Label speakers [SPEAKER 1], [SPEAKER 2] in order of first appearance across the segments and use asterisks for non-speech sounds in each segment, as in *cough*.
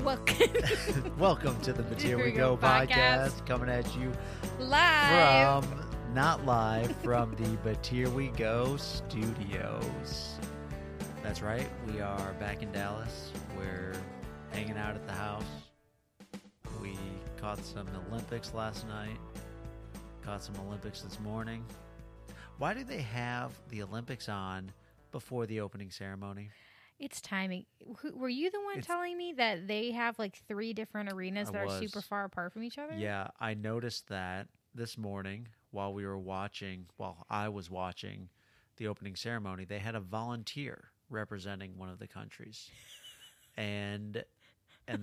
[SPEAKER 1] Welcome *laughs*
[SPEAKER 2] Welcome to the But
[SPEAKER 1] Here
[SPEAKER 2] Here
[SPEAKER 1] We
[SPEAKER 2] We
[SPEAKER 1] Go
[SPEAKER 2] Go
[SPEAKER 1] podcast.
[SPEAKER 2] podcast, coming at you
[SPEAKER 1] live.
[SPEAKER 2] from not live from the But Here We Go studios. That's right, we are back in Dallas. We're hanging out at the house. We caught some Olympics last night. Caught some Olympics this morning. Why do they have the Olympics on before the opening ceremony?
[SPEAKER 1] It's timing. Who, were you the one
[SPEAKER 2] It's-
[SPEAKER 1] telling me that they have like three different arenas
[SPEAKER 2] I
[SPEAKER 1] that
[SPEAKER 2] was.
[SPEAKER 1] are super far apart from each other?
[SPEAKER 2] Yeah, I noticed that this morning while we were watching, while I was watching the opening ceremony, they had a volunteer representing one of the countries. And and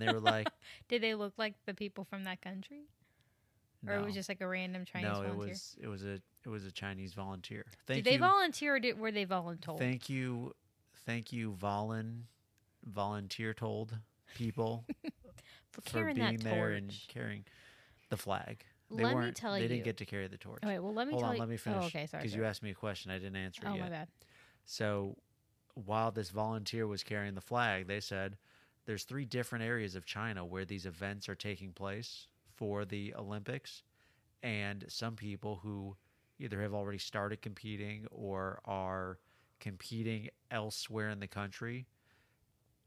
[SPEAKER 1] *laughs*
[SPEAKER 2] they were like
[SPEAKER 1] Did they look like the people from that country, or
[SPEAKER 2] no,
[SPEAKER 1] it was just like a random Chinese
[SPEAKER 2] no,
[SPEAKER 1] volunteer?
[SPEAKER 2] it was it was a it was a Chinese volunteer.
[SPEAKER 1] did
[SPEAKER 2] Thank
[SPEAKER 1] they
[SPEAKER 2] you.
[SPEAKER 1] volunteer? or did, Were they voluntold?
[SPEAKER 2] Thank you. Thank you volun volunteer told
[SPEAKER 1] *laughs*
[SPEAKER 2] people
[SPEAKER 1] for
[SPEAKER 2] for
[SPEAKER 1] carrying
[SPEAKER 2] being
[SPEAKER 1] that
[SPEAKER 2] there
[SPEAKER 1] torch.
[SPEAKER 2] and carrying the flag. They
[SPEAKER 1] Let me
[SPEAKER 2] weren't
[SPEAKER 1] tell
[SPEAKER 2] they
[SPEAKER 1] you-
[SPEAKER 2] didn't get to carry the torch.
[SPEAKER 1] Oh, wait, well, let me
[SPEAKER 2] Hold
[SPEAKER 1] tell
[SPEAKER 2] on,
[SPEAKER 1] you.
[SPEAKER 2] let me finish.
[SPEAKER 1] Oh, okay, sorry.
[SPEAKER 2] Because
[SPEAKER 1] sorry.
[SPEAKER 2] you asked me a question I didn't answer
[SPEAKER 1] oh
[SPEAKER 2] yet.
[SPEAKER 1] my bad.
[SPEAKER 2] So while this volunteer was carrying the flag, they said there's three different areas of China where these events are taking place for the Olympics. And some people who either have already started competing or are competing elsewhere in the country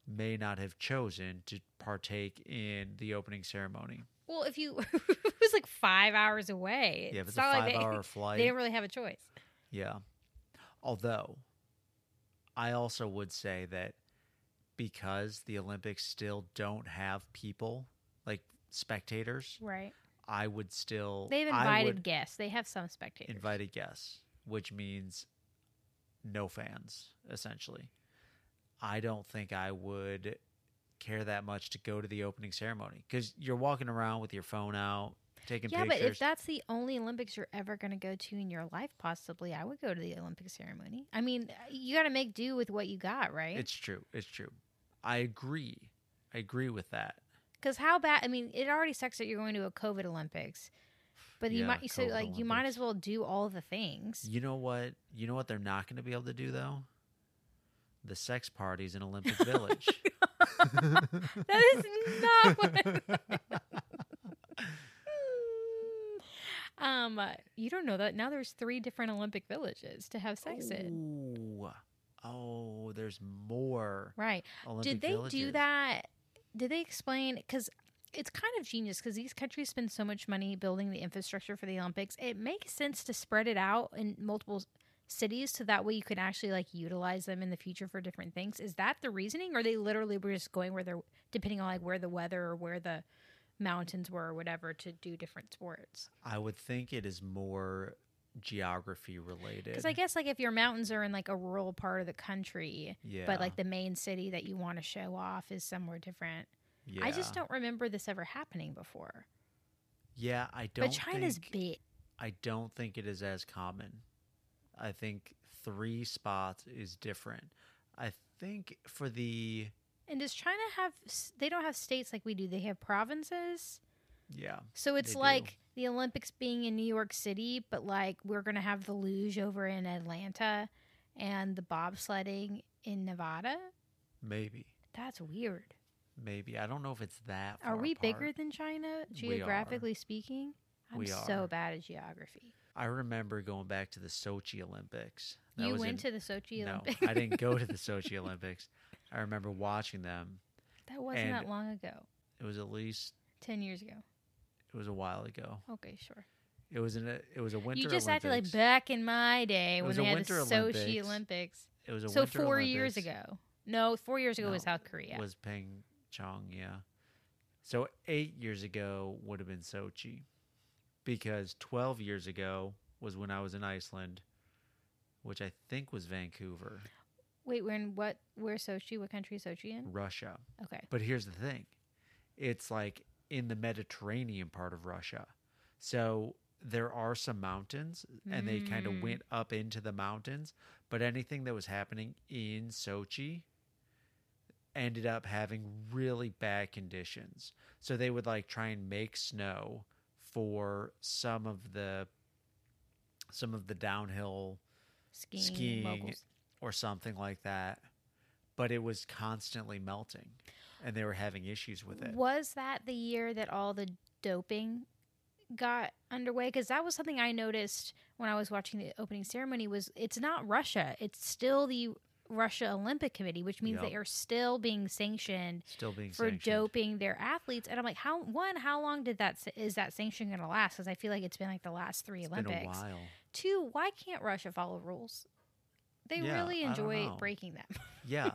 [SPEAKER 2] may not have chosen to partake in the opening ceremony.
[SPEAKER 1] Well, if you *laughs* it was like five hours away.
[SPEAKER 2] Yeah, if it's a
[SPEAKER 1] not
[SPEAKER 2] five
[SPEAKER 1] like *laughs* they-
[SPEAKER 2] hour flight.
[SPEAKER 1] They didn't really have a choice.
[SPEAKER 2] Yeah. Although, I also would say that because the Olympics still don't have people like spectators,
[SPEAKER 1] Right.
[SPEAKER 2] I would still
[SPEAKER 1] They've
[SPEAKER 2] I
[SPEAKER 1] invited
[SPEAKER 2] would
[SPEAKER 1] guests. They have some spectators.
[SPEAKER 2] invited guests, which means no fans essentially. I don't think I would care that much to go to the opening ceremony because you're walking around with your phone out, taking
[SPEAKER 1] Yeah,
[SPEAKER 2] pictures.
[SPEAKER 1] but if that's the only Olympics you're ever going to go to in your life, possibly, I would go to the Olympic ceremony. I mean, uh, you got to make do with what you got, right?
[SPEAKER 2] It's true. It's true. I agree. I agree with that.
[SPEAKER 1] Because how bad? I mean, it already sucks that you're going to a COVID Olympics, but you
[SPEAKER 2] Yeah,
[SPEAKER 1] might so
[SPEAKER 2] COVID
[SPEAKER 1] like you might
[SPEAKER 2] Olympics.
[SPEAKER 1] as well do all the things.
[SPEAKER 2] You know what? You know what they're not going to be able to do though? The sex parties
[SPEAKER 1] *laughs*
[SPEAKER 2] in Olympic Village.
[SPEAKER 1] Oh That is not what.
[SPEAKER 2] *laughs*
[SPEAKER 1] Um, you don't know that now. There's three different Olympic villages to have sex in.
[SPEAKER 2] Ooh. Oh, there's more
[SPEAKER 1] Right.
[SPEAKER 2] Olympic
[SPEAKER 1] did they do
[SPEAKER 2] villages.
[SPEAKER 1] that did they explain because it's kind of genius because these countries spend so much money building the infrastructure for the olympics it makes sense to spread it out in multiple s- cities so that way you can actually like utilize them in the future for different things is that the reasoning or they literally were just going where they're depending on like where the weather or where the mountains were or whatever to do different sports
[SPEAKER 2] I would think it is more geography related.
[SPEAKER 1] because i guess like if your mountains are in like a rural part of the country
[SPEAKER 2] yeah,
[SPEAKER 1] but like the main city that you want to show off is somewhere different I just
[SPEAKER 2] yeah.
[SPEAKER 1] don't remember this ever happening before.
[SPEAKER 2] Yeah, I don't.
[SPEAKER 1] but China's
[SPEAKER 2] think,
[SPEAKER 1] big.
[SPEAKER 2] I don't think it is as common. I think three spots is different. I think for the
[SPEAKER 1] And does China have s- they don't have states like we do. They have provinces.
[SPEAKER 2] yeah
[SPEAKER 1] So it's
[SPEAKER 2] They do.
[SPEAKER 1] like the Olympics being in New York City, but like we're going to have the luge over in Atlanta and the bobsledding in Nevada.
[SPEAKER 2] maybe
[SPEAKER 1] That's weird.
[SPEAKER 2] maybe I don't know if it's that.
[SPEAKER 1] Are
[SPEAKER 2] far
[SPEAKER 1] we bigger
[SPEAKER 2] apart.
[SPEAKER 1] than China
[SPEAKER 2] We are.
[SPEAKER 1] geographically speaking? I'm
[SPEAKER 2] We
[SPEAKER 1] so
[SPEAKER 2] are.
[SPEAKER 1] bad at geography.
[SPEAKER 2] I remember going back to the Sochi Olympics.
[SPEAKER 1] you
[SPEAKER 2] was
[SPEAKER 1] went
[SPEAKER 2] in-
[SPEAKER 1] to the Sochi Olympics.
[SPEAKER 2] No, I didn't go to the Sochi Olympics. I remember watching them.
[SPEAKER 1] *laughs* that wasn't
[SPEAKER 2] and-
[SPEAKER 1] that long ago.
[SPEAKER 2] It was at least
[SPEAKER 1] 10 years ago.
[SPEAKER 2] it was a while ago.
[SPEAKER 1] Okay, sure.
[SPEAKER 2] It was in a, it was a winter.
[SPEAKER 1] you just
[SPEAKER 2] Olympics.
[SPEAKER 1] acted like back in my day
[SPEAKER 2] It
[SPEAKER 1] when
[SPEAKER 2] was
[SPEAKER 1] they
[SPEAKER 2] a
[SPEAKER 1] had the
[SPEAKER 2] Winter
[SPEAKER 1] Sochi
[SPEAKER 2] Olympics.
[SPEAKER 1] Olympics.
[SPEAKER 2] It was a
[SPEAKER 1] So
[SPEAKER 2] winter
[SPEAKER 1] four
[SPEAKER 2] Olympics.
[SPEAKER 1] years ago. No, four years ago
[SPEAKER 2] No,
[SPEAKER 1] was South Korea.
[SPEAKER 2] was Pyeongchang. Yeah. So eight years ago would have been Sochi, because twelve years ago was when I was in Iceland, which I think was Vancouver,
[SPEAKER 1] Wait, we're in what? Where Sochi? What country is Sochi in?
[SPEAKER 2] Russia.
[SPEAKER 1] Okay.
[SPEAKER 2] But here's the thing it's like in the Mediterranean part of Russia. So there are some mountains, and they kind
[SPEAKER 1] Mm.
[SPEAKER 2] of went up into the mountains. But anything that was happening in Sochi ended up having really bad conditions. So they would like try and make snow for some of the some of the downhill
[SPEAKER 1] Skiing.
[SPEAKER 2] Skiing.
[SPEAKER 1] locals.
[SPEAKER 2] or something like that. but it was constantly melting and they were having issues with it.
[SPEAKER 1] Was that the year that all the doping got underway? Because that was something I noticed when I was watching the opening ceremony. Was it's not Russia? It's still the Russia Olympic Committee, which means
[SPEAKER 2] Yep.
[SPEAKER 1] they are still being sanctioned
[SPEAKER 2] Still being
[SPEAKER 1] for
[SPEAKER 2] sanctioned.
[SPEAKER 1] doping their athletes. And I'm like, how one? How long did that s- is that sanction going to last? Because I feel like it's been like the last three
[SPEAKER 2] It's been a
[SPEAKER 1] Olympics.
[SPEAKER 2] while.
[SPEAKER 1] Two, why can't Russia follow rules? They
[SPEAKER 2] Yeah,
[SPEAKER 1] really
[SPEAKER 2] I don't
[SPEAKER 1] enjoy
[SPEAKER 2] know.
[SPEAKER 1] breaking them. *laughs*
[SPEAKER 2] Yeah.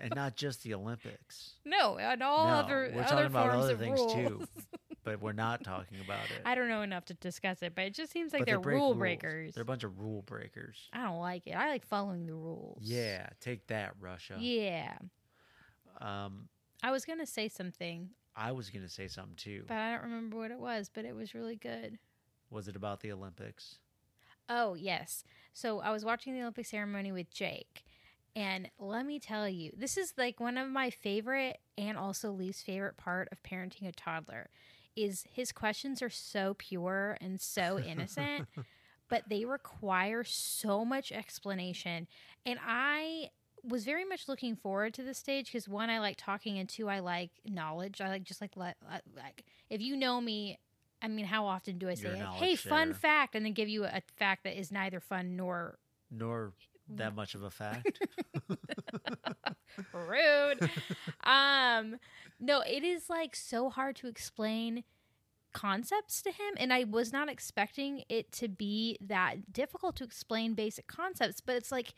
[SPEAKER 2] and not just the Olympics.
[SPEAKER 1] No, and all
[SPEAKER 2] No,
[SPEAKER 1] other
[SPEAKER 2] we're
[SPEAKER 1] other
[SPEAKER 2] talking about
[SPEAKER 1] forms
[SPEAKER 2] other
[SPEAKER 1] of
[SPEAKER 2] things,
[SPEAKER 1] rules.
[SPEAKER 2] too. *laughs* But we're not talking about it.
[SPEAKER 1] *laughs* I don't know enough to discuss it, but it just seems like
[SPEAKER 2] But they
[SPEAKER 1] they're
[SPEAKER 2] break
[SPEAKER 1] rule
[SPEAKER 2] rules.
[SPEAKER 1] breakers.
[SPEAKER 2] They're a bunch of rule breakers.
[SPEAKER 1] I don't like it. I like following the rules.
[SPEAKER 2] Yeah, take that, Russia.
[SPEAKER 1] Yeah.
[SPEAKER 2] Um,
[SPEAKER 1] I was gonna say something,
[SPEAKER 2] I was gonna say something too.
[SPEAKER 1] but I don't remember what it was. But it was really good.
[SPEAKER 2] Was it about the Olympics?
[SPEAKER 1] Oh yes. So I was watching the Olympic ceremony with Jake, and let me tell you, this is like one of my favorite and also least favorite part of parenting a toddler, is his questions are so pure and so innocent. but they require so much explanation. And I was very much looking forward to this stage because one, I like talking, and two, I like knowledge. I like just like let uh, like if you know me. I mean, how often do I say,
[SPEAKER 2] You're a
[SPEAKER 1] it?
[SPEAKER 2] knowledge
[SPEAKER 1] "Hey, fun
[SPEAKER 2] sharer.
[SPEAKER 1] fact," and then give you a fact that is neither fun nor
[SPEAKER 2] Nor that
[SPEAKER 1] *laughs*
[SPEAKER 2] much of a fact.
[SPEAKER 1] rude? um, no, it is like so hard to explain concepts to him, and I was not expecting it to be that difficult to explain basic concepts. But it's like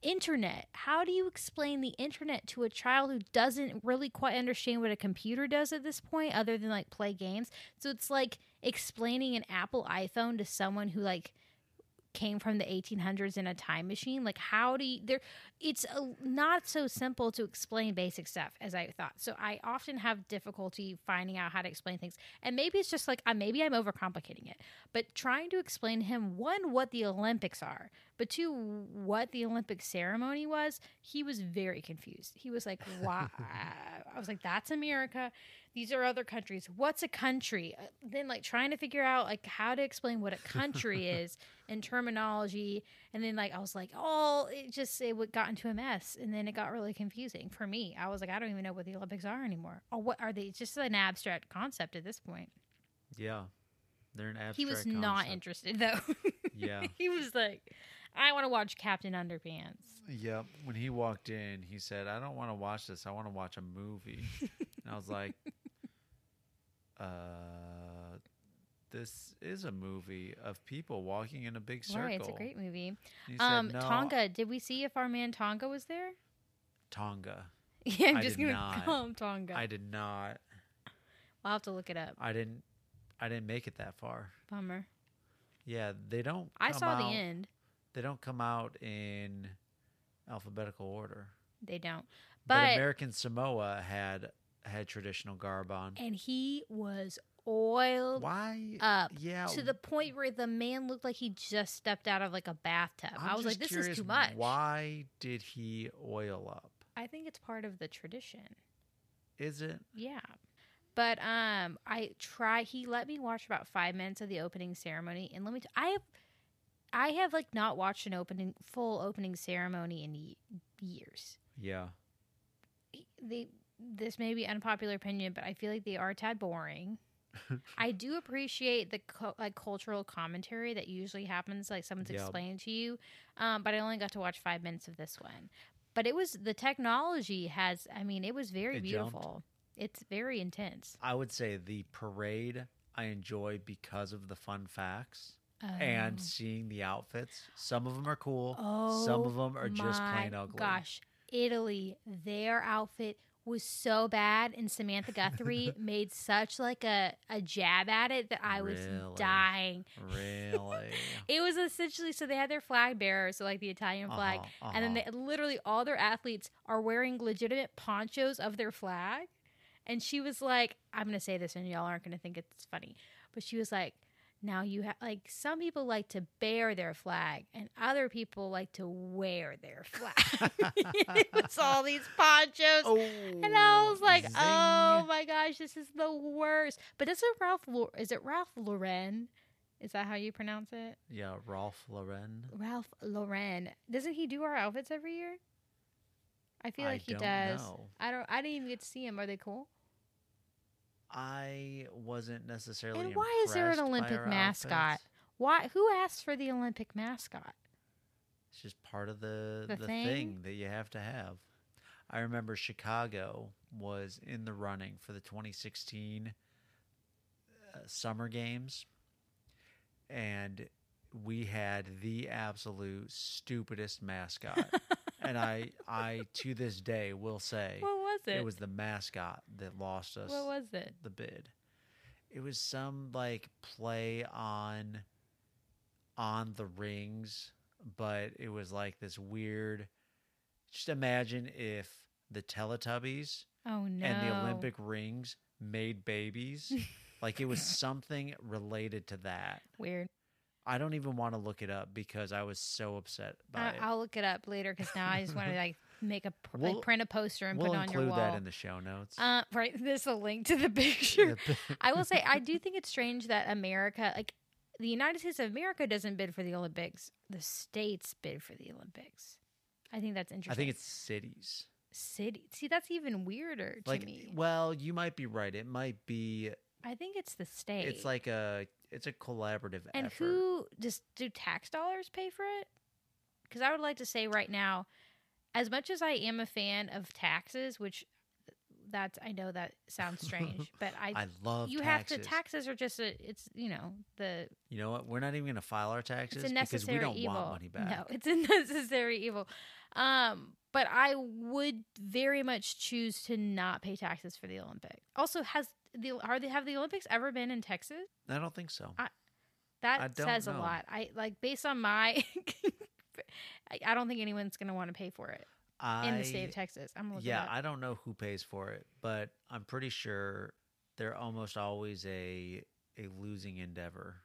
[SPEAKER 1] internet. How do you explain the internet to a child who doesn't really quite understand what a computer does at this point, other than like play games? So it's like explaining an Apple iPhone to someone who like came from the 1800s in a time machine like how do you there it's uh not so simple to explain basic stuff as i thought so i often have difficulty finding out how to explain things and maybe it's just like I maybe i'm overcomplicating it but trying to explain to him one what the olympics are but two what the olympic ceremony was he was very confused he was like why i was like that's america these are other countries what's a country Uh, then like trying to figure out like how to explain what a country is and terminology and then like i was like oh it just it would- got into a mess and then it got really confusing for me i was like i don't even know what the olympics are anymore oh what are they it's just an abstract concept at this point
[SPEAKER 2] yeah, they're an abstract.
[SPEAKER 1] he was not
[SPEAKER 2] concept.
[SPEAKER 1] interested though *laughs*
[SPEAKER 2] Yeah,
[SPEAKER 1] he was like i want to watch captain underpants
[SPEAKER 2] yeah. When he walked in, he said, "I don't want to watch this. I want to watch a movie." and
[SPEAKER 1] *laughs*
[SPEAKER 2] I was like, "Uh, this is a movie of people walking in a big circle."
[SPEAKER 1] Why? it's a great movie
[SPEAKER 2] And he said,
[SPEAKER 1] um
[SPEAKER 2] "No,
[SPEAKER 1] tonga did we see if our man tonga was there *laughs*
[SPEAKER 2] Tonga.
[SPEAKER 1] yeah i'm
[SPEAKER 2] I
[SPEAKER 1] just
[SPEAKER 2] did
[SPEAKER 1] gonna
[SPEAKER 2] not.
[SPEAKER 1] call him tonga
[SPEAKER 2] I did not.
[SPEAKER 1] i'll have to look it up
[SPEAKER 2] I didn't. I didn't make it that far.
[SPEAKER 1] bummer
[SPEAKER 2] Yeah, they don't.
[SPEAKER 1] i
[SPEAKER 2] come
[SPEAKER 1] saw the
[SPEAKER 2] out-
[SPEAKER 1] end
[SPEAKER 2] They don't come out in alphabetical order.
[SPEAKER 1] they don't
[SPEAKER 2] But,
[SPEAKER 1] But-
[SPEAKER 2] American Samoa had had traditional garb on.
[SPEAKER 1] and he was oiled
[SPEAKER 2] Why?
[SPEAKER 1] up
[SPEAKER 2] yeah.
[SPEAKER 1] to the point where the man looked like he just stepped out of like a bathtub.
[SPEAKER 2] I'm
[SPEAKER 1] i was like, this
[SPEAKER 2] just
[SPEAKER 1] is
[SPEAKER 2] curious,
[SPEAKER 1] too much.
[SPEAKER 2] Why did he oil up?
[SPEAKER 1] I think it's part of the tradition.
[SPEAKER 2] Is it?
[SPEAKER 1] Yeah. But um I try he let me watch about 5 minutes of the opening ceremony and let me t- I have I have like not watched an opening full opening ceremony in ye- years.
[SPEAKER 2] Yeah.
[SPEAKER 1] They this may be unpopular opinion, but I feel like they are a tad
[SPEAKER 2] *laughs*
[SPEAKER 1] boring. I do appreciate the cu- like cultural commentary that usually happens, like someone's
[SPEAKER 2] Yeah.
[SPEAKER 1] explaining to you. Um, but I only got to watch five minutes of this one. But it was the technology has. I mean, it was very
[SPEAKER 2] It jumped.
[SPEAKER 1] beautiful. It's very intense.
[SPEAKER 2] I would say the parade I enjoy because of the fun facts and seeing the outfits. Some of them are cool.
[SPEAKER 1] oh,
[SPEAKER 2] some of them are just
[SPEAKER 1] my
[SPEAKER 2] plain ugly.
[SPEAKER 1] Gosh, Italy, their outfit was so bad, and Samantha
[SPEAKER 2] *laughs*
[SPEAKER 1] Guthrie made such like a a jab at it that I was
[SPEAKER 2] Really?
[SPEAKER 1] dying. *laughs*
[SPEAKER 2] Really?
[SPEAKER 1] It was essentially so they had their flag bearers, so like the Italian flag,
[SPEAKER 2] Uh-huh,
[SPEAKER 1] and then
[SPEAKER 2] uh-huh.
[SPEAKER 1] they, literally all their athletes are wearing legitimate ponchos of their flag. And she was like, "I'm gonna say this, and y'all aren't gonna think it's funny," but she was like, "Now you have like some people like to bear their flag, and other people like to wear their flag. *laughs* it's all these ponchos."
[SPEAKER 2] Oh,
[SPEAKER 1] And I was like,
[SPEAKER 2] zing.
[SPEAKER 1] "Oh my gosh, this is the worst!" But that's a Ralph. Lau- Is it Ralph Lauren? Is that how you pronounce it?
[SPEAKER 2] Yeah, Ralph Lauren.
[SPEAKER 1] Ralph Lauren. Doesn't he do our outfits every year? I feel
[SPEAKER 2] I
[SPEAKER 1] like he
[SPEAKER 2] don't
[SPEAKER 1] does.
[SPEAKER 2] know.
[SPEAKER 1] I don't. I didn't even get to see him. Are they cool?
[SPEAKER 2] I wasn't necessarily.
[SPEAKER 1] And why is there an
[SPEAKER 2] impressed by
[SPEAKER 1] Olympic
[SPEAKER 2] her
[SPEAKER 1] mascot?
[SPEAKER 2] outfits.
[SPEAKER 1] Why? Who asked for the Olympic
[SPEAKER 2] *laughs*
[SPEAKER 1] mascot?
[SPEAKER 2] It's just part of the
[SPEAKER 1] The
[SPEAKER 2] the,
[SPEAKER 1] thing?
[SPEAKER 2] thing? that you have to have. I remember Chicago was in the running for the 2016 uh, Summer Games, and we had the absolute
[SPEAKER 1] *laughs*
[SPEAKER 2] stupidest mascot. and I, I to this day will say
[SPEAKER 1] What was it?
[SPEAKER 2] it was the mascot that lost us
[SPEAKER 1] what was it?
[SPEAKER 2] the bid. It was some like play on on the rings, but it was like this weird just imagine if the Teletubbies
[SPEAKER 1] Oh no!
[SPEAKER 2] and the Olympic rings
[SPEAKER 1] *laughs*
[SPEAKER 2] made babies. like it was something related to that.
[SPEAKER 1] Weird.
[SPEAKER 2] I don't even want to look it up because I was so upset by
[SPEAKER 1] I,
[SPEAKER 2] it.
[SPEAKER 1] Uh, I'll look it up later because now I just
[SPEAKER 2] *laughs*
[SPEAKER 1] want to like make a pr- like
[SPEAKER 2] We'll-
[SPEAKER 1] print a poster and
[SPEAKER 2] we'll
[SPEAKER 1] put it on your
[SPEAKER 2] include
[SPEAKER 1] wall.
[SPEAKER 2] that in the show notes. *laughs*
[SPEAKER 1] uh, right, there's a link to the *laughs* picture.
[SPEAKER 2] The bi-
[SPEAKER 1] I will say I do think it's strange that America, like the United States of America, doesn't bid for the Olympics. The states bid for the Olympics. I think that's
[SPEAKER 2] I
[SPEAKER 1] interesting.
[SPEAKER 2] think it's cities.
[SPEAKER 1] city. See, that's even weirder to
[SPEAKER 2] Like
[SPEAKER 1] me.
[SPEAKER 2] well, you might be right. It might be
[SPEAKER 1] I think it's the state.
[SPEAKER 2] It's like a it's a collaborative
[SPEAKER 1] and
[SPEAKER 2] effort.
[SPEAKER 1] who does do tax dollars pay for it? Because I would like to say right now, as much as I am a fan of taxes, which that's I know that
[SPEAKER 2] *laughs*
[SPEAKER 1] sounds strange, but I,
[SPEAKER 2] I love
[SPEAKER 1] you
[SPEAKER 2] taxes.
[SPEAKER 1] have to taxes are just a it's you know the
[SPEAKER 2] You know what? We're not even going to file our taxes
[SPEAKER 1] it's a
[SPEAKER 2] because
[SPEAKER 1] necessary
[SPEAKER 2] we don't
[SPEAKER 1] evil.
[SPEAKER 2] want money
[SPEAKER 1] *laughs*
[SPEAKER 2] back.
[SPEAKER 1] No, it's a necessary evil. Um, but I would very much choose to not pay taxes for the Olympics. Also, has the are they have the Olympics ever been in Texas?
[SPEAKER 2] I don't think so.
[SPEAKER 1] I-
[SPEAKER 2] I
[SPEAKER 1] That
[SPEAKER 2] don't
[SPEAKER 1] says a
[SPEAKER 2] know.
[SPEAKER 1] lot. I like based on my. *laughs* I- I don't think anyone's going to want to pay for it
[SPEAKER 2] I,
[SPEAKER 1] in the state of Texas. I'm looking.
[SPEAKER 2] Yeah,
[SPEAKER 1] it up.
[SPEAKER 2] I don't know who pays for it, but I'm pretty sure they're almost always a a losing endeavor.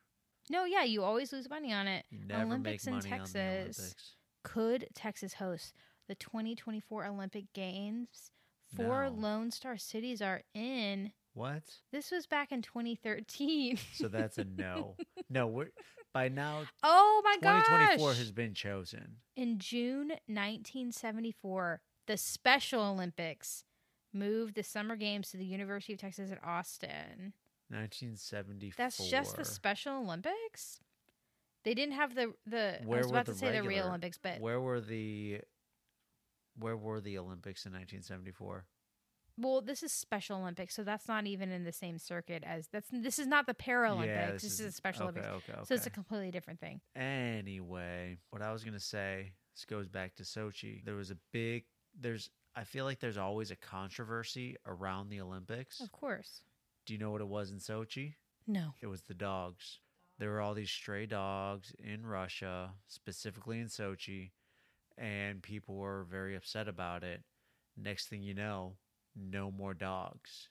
[SPEAKER 1] no, yeah, you always lose money on it.
[SPEAKER 2] You never
[SPEAKER 1] Olympics in
[SPEAKER 2] make money on the
[SPEAKER 1] Texas.
[SPEAKER 2] Olympics.
[SPEAKER 1] Could Texas host the 2024 Olympic Games? Four
[SPEAKER 2] No.
[SPEAKER 1] Lone Star cities are in.
[SPEAKER 2] What?
[SPEAKER 1] This was back in 2013.
[SPEAKER 2] So that's a no. no, we're by now
[SPEAKER 1] *laughs* Oh my gosh!
[SPEAKER 2] 2024 has been chosen.
[SPEAKER 1] In June 1974, the Special Olympics moved the Summer Games to the University of Texas at Austin.
[SPEAKER 2] 1974.
[SPEAKER 1] That's just the Special Olympics. They didn't have the the.
[SPEAKER 2] Where
[SPEAKER 1] I was
[SPEAKER 2] were
[SPEAKER 1] about to
[SPEAKER 2] the
[SPEAKER 1] say the real
[SPEAKER 2] regular-
[SPEAKER 1] Olympics, but
[SPEAKER 2] where were the where were the Olympics in 1974?
[SPEAKER 1] well, this is Special Olympics, so that's not even in the same circuit as that's. This is not the Paralympics. this, is, the Special
[SPEAKER 2] okay,
[SPEAKER 1] Olympics,
[SPEAKER 2] Okay, okay.
[SPEAKER 1] so it's a completely different thing.
[SPEAKER 2] anyway, what I was gonna say this goes back to Sochi. There was a big there's I feel like there's always a controversy around the Olympics.
[SPEAKER 1] Of course,
[SPEAKER 2] Do you know what it was in Sochi?
[SPEAKER 1] no.
[SPEAKER 2] It was the dogs. There were all these stray dogs in Russia, specifically in Sochi, and people were very upset about it. Next thing you know, no more dogs.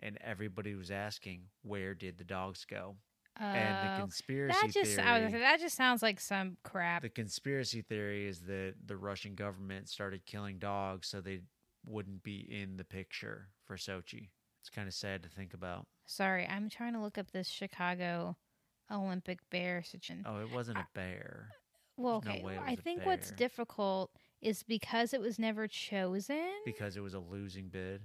[SPEAKER 2] And everybody was asking, where did the dogs go? and the
[SPEAKER 1] Oh.
[SPEAKER 2] conspiracy
[SPEAKER 1] that just
[SPEAKER 2] theory
[SPEAKER 1] I was gonna say, that just sounds like some crap.
[SPEAKER 2] the conspiracy theory is that the Russian government started killing dogs so they wouldn't be in the picture for Sochi. It's kind of sad to think about.
[SPEAKER 1] Sorry, I'm trying to look up this Chicago Olympic bear situation.
[SPEAKER 2] Oh, it wasn't a bear.
[SPEAKER 1] well,
[SPEAKER 2] there's no
[SPEAKER 1] okay.
[SPEAKER 2] way it
[SPEAKER 1] I
[SPEAKER 2] was a
[SPEAKER 1] think what's
[SPEAKER 2] bear.
[SPEAKER 1] difficult is because it was never chosen
[SPEAKER 2] because it was a losing bid.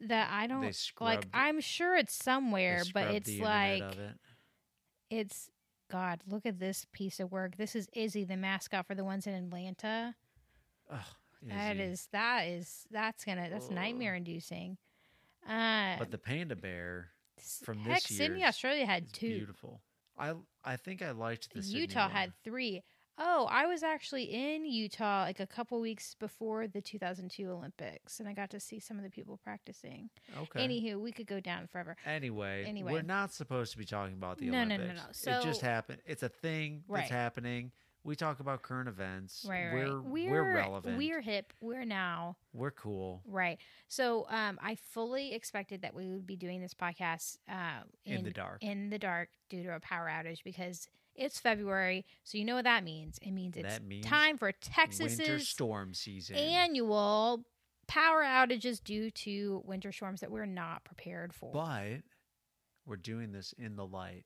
[SPEAKER 1] that I don't like.
[SPEAKER 2] scrubbed-
[SPEAKER 1] I'm sure it's
[SPEAKER 2] They
[SPEAKER 1] somewhere, but
[SPEAKER 2] scrubbed
[SPEAKER 1] it's
[SPEAKER 2] the internet
[SPEAKER 1] like
[SPEAKER 2] of it.
[SPEAKER 1] it's God. Look at this piece of work. This is Izzy, the mascot for the ones in Atlanta.
[SPEAKER 2] Ugh,
[SPEAKER 1] That
[SPEAKER 2] Izzy.
[SPEAKER 1] is that is that's gonna that's
[SPEAKER 2] Ugh.
[SPEAKER 1] nightmare inducing. Uh,
[SPEAKER 2] But the panda bear from
[SPEAKER 1] heck,
[SPEAKER 2] this
[SPEAKER 1] Sydney,
[SPEAKER 2] year's
[SPEAKER 1] Australia
[SPEAKER 2] is
[SPEAKER 1] had two.
[SPEAKER 2] beautiful. I I think I liked the Sydney
[SPEAKER 1] Utah
[SPEAKER 2] one.
[SPEAKER 1] had three. Oh, I was actually in Utah like a couple weeks before the 2002 Olympics, and I got to see some of the people practicing.
[SPEAKER 2] okay.
[SPEAKER 1] Anywho, we could go down forever.
[SPEAKER 2] anyway,
[SPEAKER 1] Anyway.
[SPEAKER 2] we're not supposed to be talking about the
[SPEAKER 1] No, no, no,
[SPEAKER 2] Olympics.
[SPEAKER 1] no.
[SPEAKER 2] it just
[SPEAKER 1] So-
[SPEAKER 2] happened. It's a thing
[SPEAKER 1] Right.
[SPEAKER 2] that's happening. We talk about current events.
[SPEAKER 1] Right, right.
[SPEAKER 2] we're,
[SPEAKER 1] We're
[SPEAKER 2] we're relevant.
[SPEAKER 1] We're hip. We're now.
[SPEAKER 2] We're cool
[SPEAKER 1] Right. So, um, I fully expected that we would be doing this podcast uh,
[SPEAKER 2] in, the dark.
[SPEAKER 1] in the dark due to a power outage because it's February. So you know what that means. It means it's
[SPEAKER 2] That means
[SPEAKER 1] time for
[SPEAKER 2] Winter
[SPEAKER 1] Texas's
[SPEAKER 2] storm season.
[SPEAKER 1] annual power outages due to winter storms that we're not prepared for.
[SPEAKER 2] but we're doing this in the light.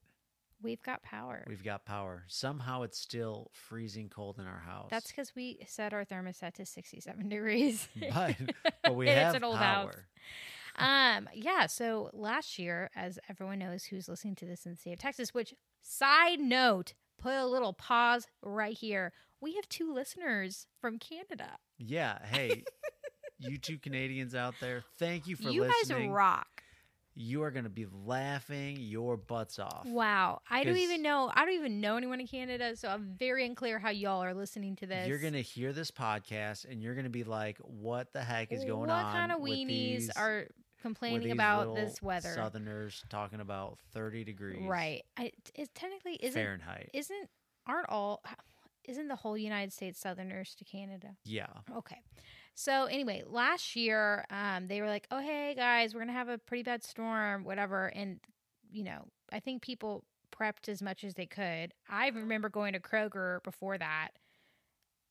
[SPEAKER 1] We've got power.
[SPEAKER 2] We've got power. Somehow it's still freezing cold in our house.
[SPEAKER 1] That's because we set our thermostat to 67 *laughs*
[SPEAKER 2] *laughs*
[SPEAKER 1] degrees.
[SPEAKER 2] but but we
[SPEAKER 1] And
[SPEAKER 2] have
[SPEAKER 1] it's an old
[SPEAKER 2] power.
[SPEAKER 1] house. um, yeah. So last year, as everyone knows who's listening to this in the state of Texas, which side note, put a little pause right here. We have two listeners from Canada.
[SPEAKER 2] Yeah.
[SPEAKER 1] *laughs*
[SPEAKER 2] Hey, you two Canadians out there, thank you for
[SPEAKER 1] you
[SPEAKER 2] listening.
[SPEAKER 1] guys rock.
[SPEAKER 2] You are going to be laughing your butts off.
[SPEAKER 1] Wow. I don't
[SPEAKER 2] 'Cause-
[SPEAKER 1] even know. I don't even know anyone in Canada, so I'm very unclear how y'all are listening to this.
[SPEAKER 2] You're going to hear this podcast and you're going to be like, what the heck is going
[SPEAKER 1] what
[SPEAKER 2] on?
[SPEAKER 1] kind of
[SPEAKER 2] with
[SPEAKER 1] weenies
[SPEAKER 2] these- with
[SPEAKER 1] are complaining
[SPEAKER 2] these
[SPEAKER 1] about
[SPEAKER 2] little
[SPEAKER 1] this weather?
[SPEAKER 2] Southerners talking about 30 degrees
[SPEAKER 1] Right. I, it technically isn't
[SPEAKER 2] Fahrenheit.
[SPEAKER 1] isn't aren't all isn't the whole United States Southerners to Canada?
[SPEAKER 2] yeah.
[SPEAKER 1] Okay. So anyway, last year um, they were like, "Oh hey guys, we're gonna have a pretty bad storm, whatever," and you know, I think people prepped as much as they could. I remember going to Kroger before that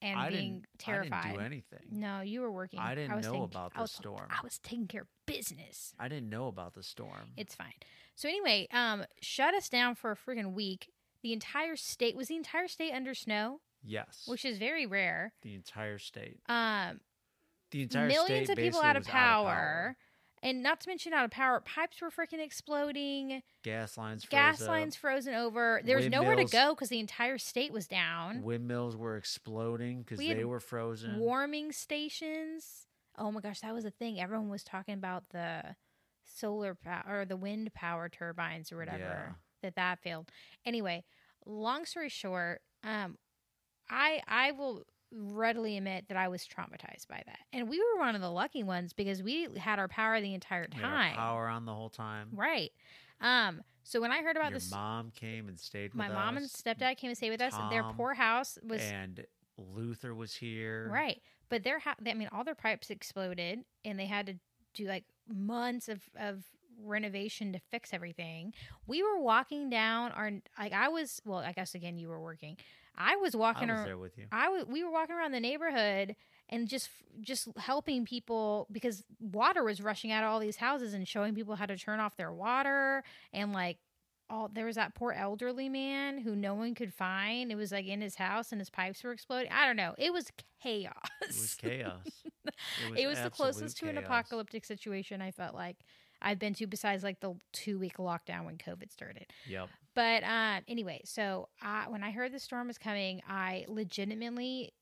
[SPEAKER 1] and
[SPEAKER 2] I
[SPEAKER 1] being
[SPEAKER 2] didn't,
[SPEAKER 1] terrified.
[SPEAKER 2] I didn't do anything.
[SPEAKER 1] No, you were working.
[SPEAKER 2] I didn't know
[SPEAKER 1] taking-
[SPEAKER 2] about
[SPEAKER 1] I was-
[SPEAKER 2] this storm.
[SPEAKER 1] I was taking care of business.
[SPEAKER 2] I didn't know about the storm.
[SPEAKER 1] It's fine. So anyway, um, shut us down for a freaking week. The entire state was the entire state under snow,
[SPEAKER 2] yes.
[SPEAKER 1] which is very rare.
[SPEAKER 2] the entire state.
[SPEAKER 1] Um,
[SPEAKER 2] The entire
[SPEAKER 1] millions
[SPEAKER 2] state
[SPEAKER 1] of people
[SPEAKER 2] basically
[SPEAKER 1] out of,
[SPEAKER 2] was
[SPEAKER 1] power,
[SPEAKER 2] power.
[SPEAKER 1] and not to mention out of power. Pipes were freaking exploding.
[SPEAKER 2] Gas lines. Froze
[SPEAKER 1] Gas
[SPEAKER 2] up.
[SPEAKER 1] lines frozen over. There was nowhere to
[SPEAKER 2] Windmills.
[SPEAKER 1] go because the entire state was down.
[SPEAKER 2] Windmills were exploding because
[SPEAKER 1] We had
[SPEAKER 2] they were frozen.
[SPEAKER 1] warming stations. Oh my gosh, that was a thing. Everyone was talking about the solar power or the wind power turbines or whatever
[SPEAKER 2] Yeah.
[SPEAKER 1] that that failed. Anyway, long story short, um, I I will readily admit that I was traumatized by that, and we were one of the lucky ones because we had our power the entire
[SPEAKER 2] We had our
[SPEAKER 1] time,
[SPEAKER 2] power on the whole time.
[SPEAKER 1] right? Um, so when I heard about
[SPEAKER 2] Your
[SPEAKER 1] this,
[SPEAKER 2] mom came and stayed with
[SPEAKER 1] my
[SPEAKER 2] us.
[SPEAKER 1] mom and stepdad came to stay with us. and Their
[SPEAKER 2] Tom
[SPEAKER 1] poor house was
[SPEAKER 2] and Luther was here.
[SPEAKER 1] Right. But their ha- I mean all their pipes exploded and they had to do like months of of renovation to fix everything. We were walking down our like I was well, I guess again you were working. I was
[SPEAKER 2] I was
[SPEAKER 1] walking around
[SPEAKER 2] there with you.
[SPEAKER 1] I was we were walking around the neighborhood and just just helping people because water was rushing out of all these houses and showing people how to turn off their water and like all there was that poor elderly man who no one could find. It was like in his house and his pipes were exploding. I don't know. It was chaos. *laughs*
[SPEAKER 2] It was chaos. It was,
[SPEAKER 1] It was the closest to
[SPEAKER 2] absolute
[SPEAKER 1] an
[SPEAKER 2] chaos.
[SPEAKER 1] apocalyptic situation I felt like I've been to besides like the two week lockdown when COVID started.
[SPEAKER 2] Yep.
[SPEAKER 1] But um, anyway, so I, when I heard the storm was coming, I legitimately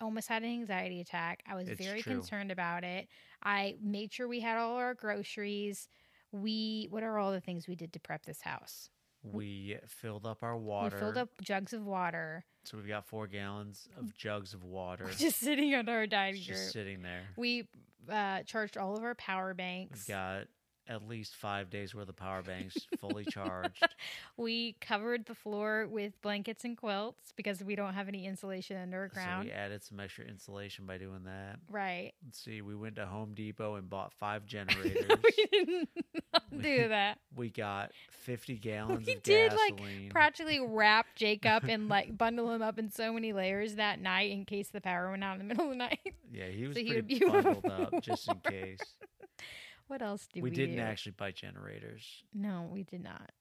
[SPEAKER 1] almost had an anxiety attack. I was
[SPEAKER 2] It's
[SPEAKER 1] very
[SPEAKER 2] true.
[SPEAKER 1] concerned about it. I made sure we had all our groceries. We what are all the things we did to prep this house?
[SPEAKER 2] We filled up our water.
[SPEAKER 1] We filled up jugs of water, *laughs*
[SPEAKER 2] So we've got four gallons of jugs of water
[SPEAKER 1] just sitting under our dining
[SPEAKER 2] just
[SPEAKER 1] room.
[SPEAKER 2] sitting there.
[SPEAKER 1] We uh, charged all of our power
[SPEAKER 2] We've
[SPEAKER 1] banks.
[SPEAKER 2] got at least five days worth of
[SPEAKER 1] *laughs*
[SPEAKER 2] power banks fully charged.
[SPEAKER 1] We covered the floor with blankets and quilts because we don't have any insulation
[SPEAKER 2] So
[SPEAKER 1] underground.
[SPEAKER 2] we added some extra insulation by doing that.
[SPEAKER 1] Right. *laughs*
[SPEAKER 2] Let's see, we went to Home Depot and bought five generators.
[SPEAKER 1] we didn't do that.
[SPEAKER 2] we got 50 gallons
[SPEAKER 1] We
[SPEAKER 2] of
[SPEAKER 1] did, like,
[SPEAKER 2] gasoline.
[SPEAKER 1] Practically wrap Jake up and like *laughs* bundle him up in so many layers that night in case the power went out in the *laughs* middle of the night.
[SPEAKER 2] yeah, he was
[SPEAKER 1] so he would *laughs*
[SPEAKER 2] pretty
[SPEAKER 1] be
[SPEAKER 2] bundled up just in
[SPEAKER 1] *laughs* warm.
[SPEAKER 2] case.
[SPEAKER 1] What else did
[SPEAKER 2] we
[SPEAKER 1] we,
[SPEAKER 2] didn't
[SPEAKER 1] do?
[SPEAKER 2] actually buy generators.
[SPEAKER 1] No, we did not.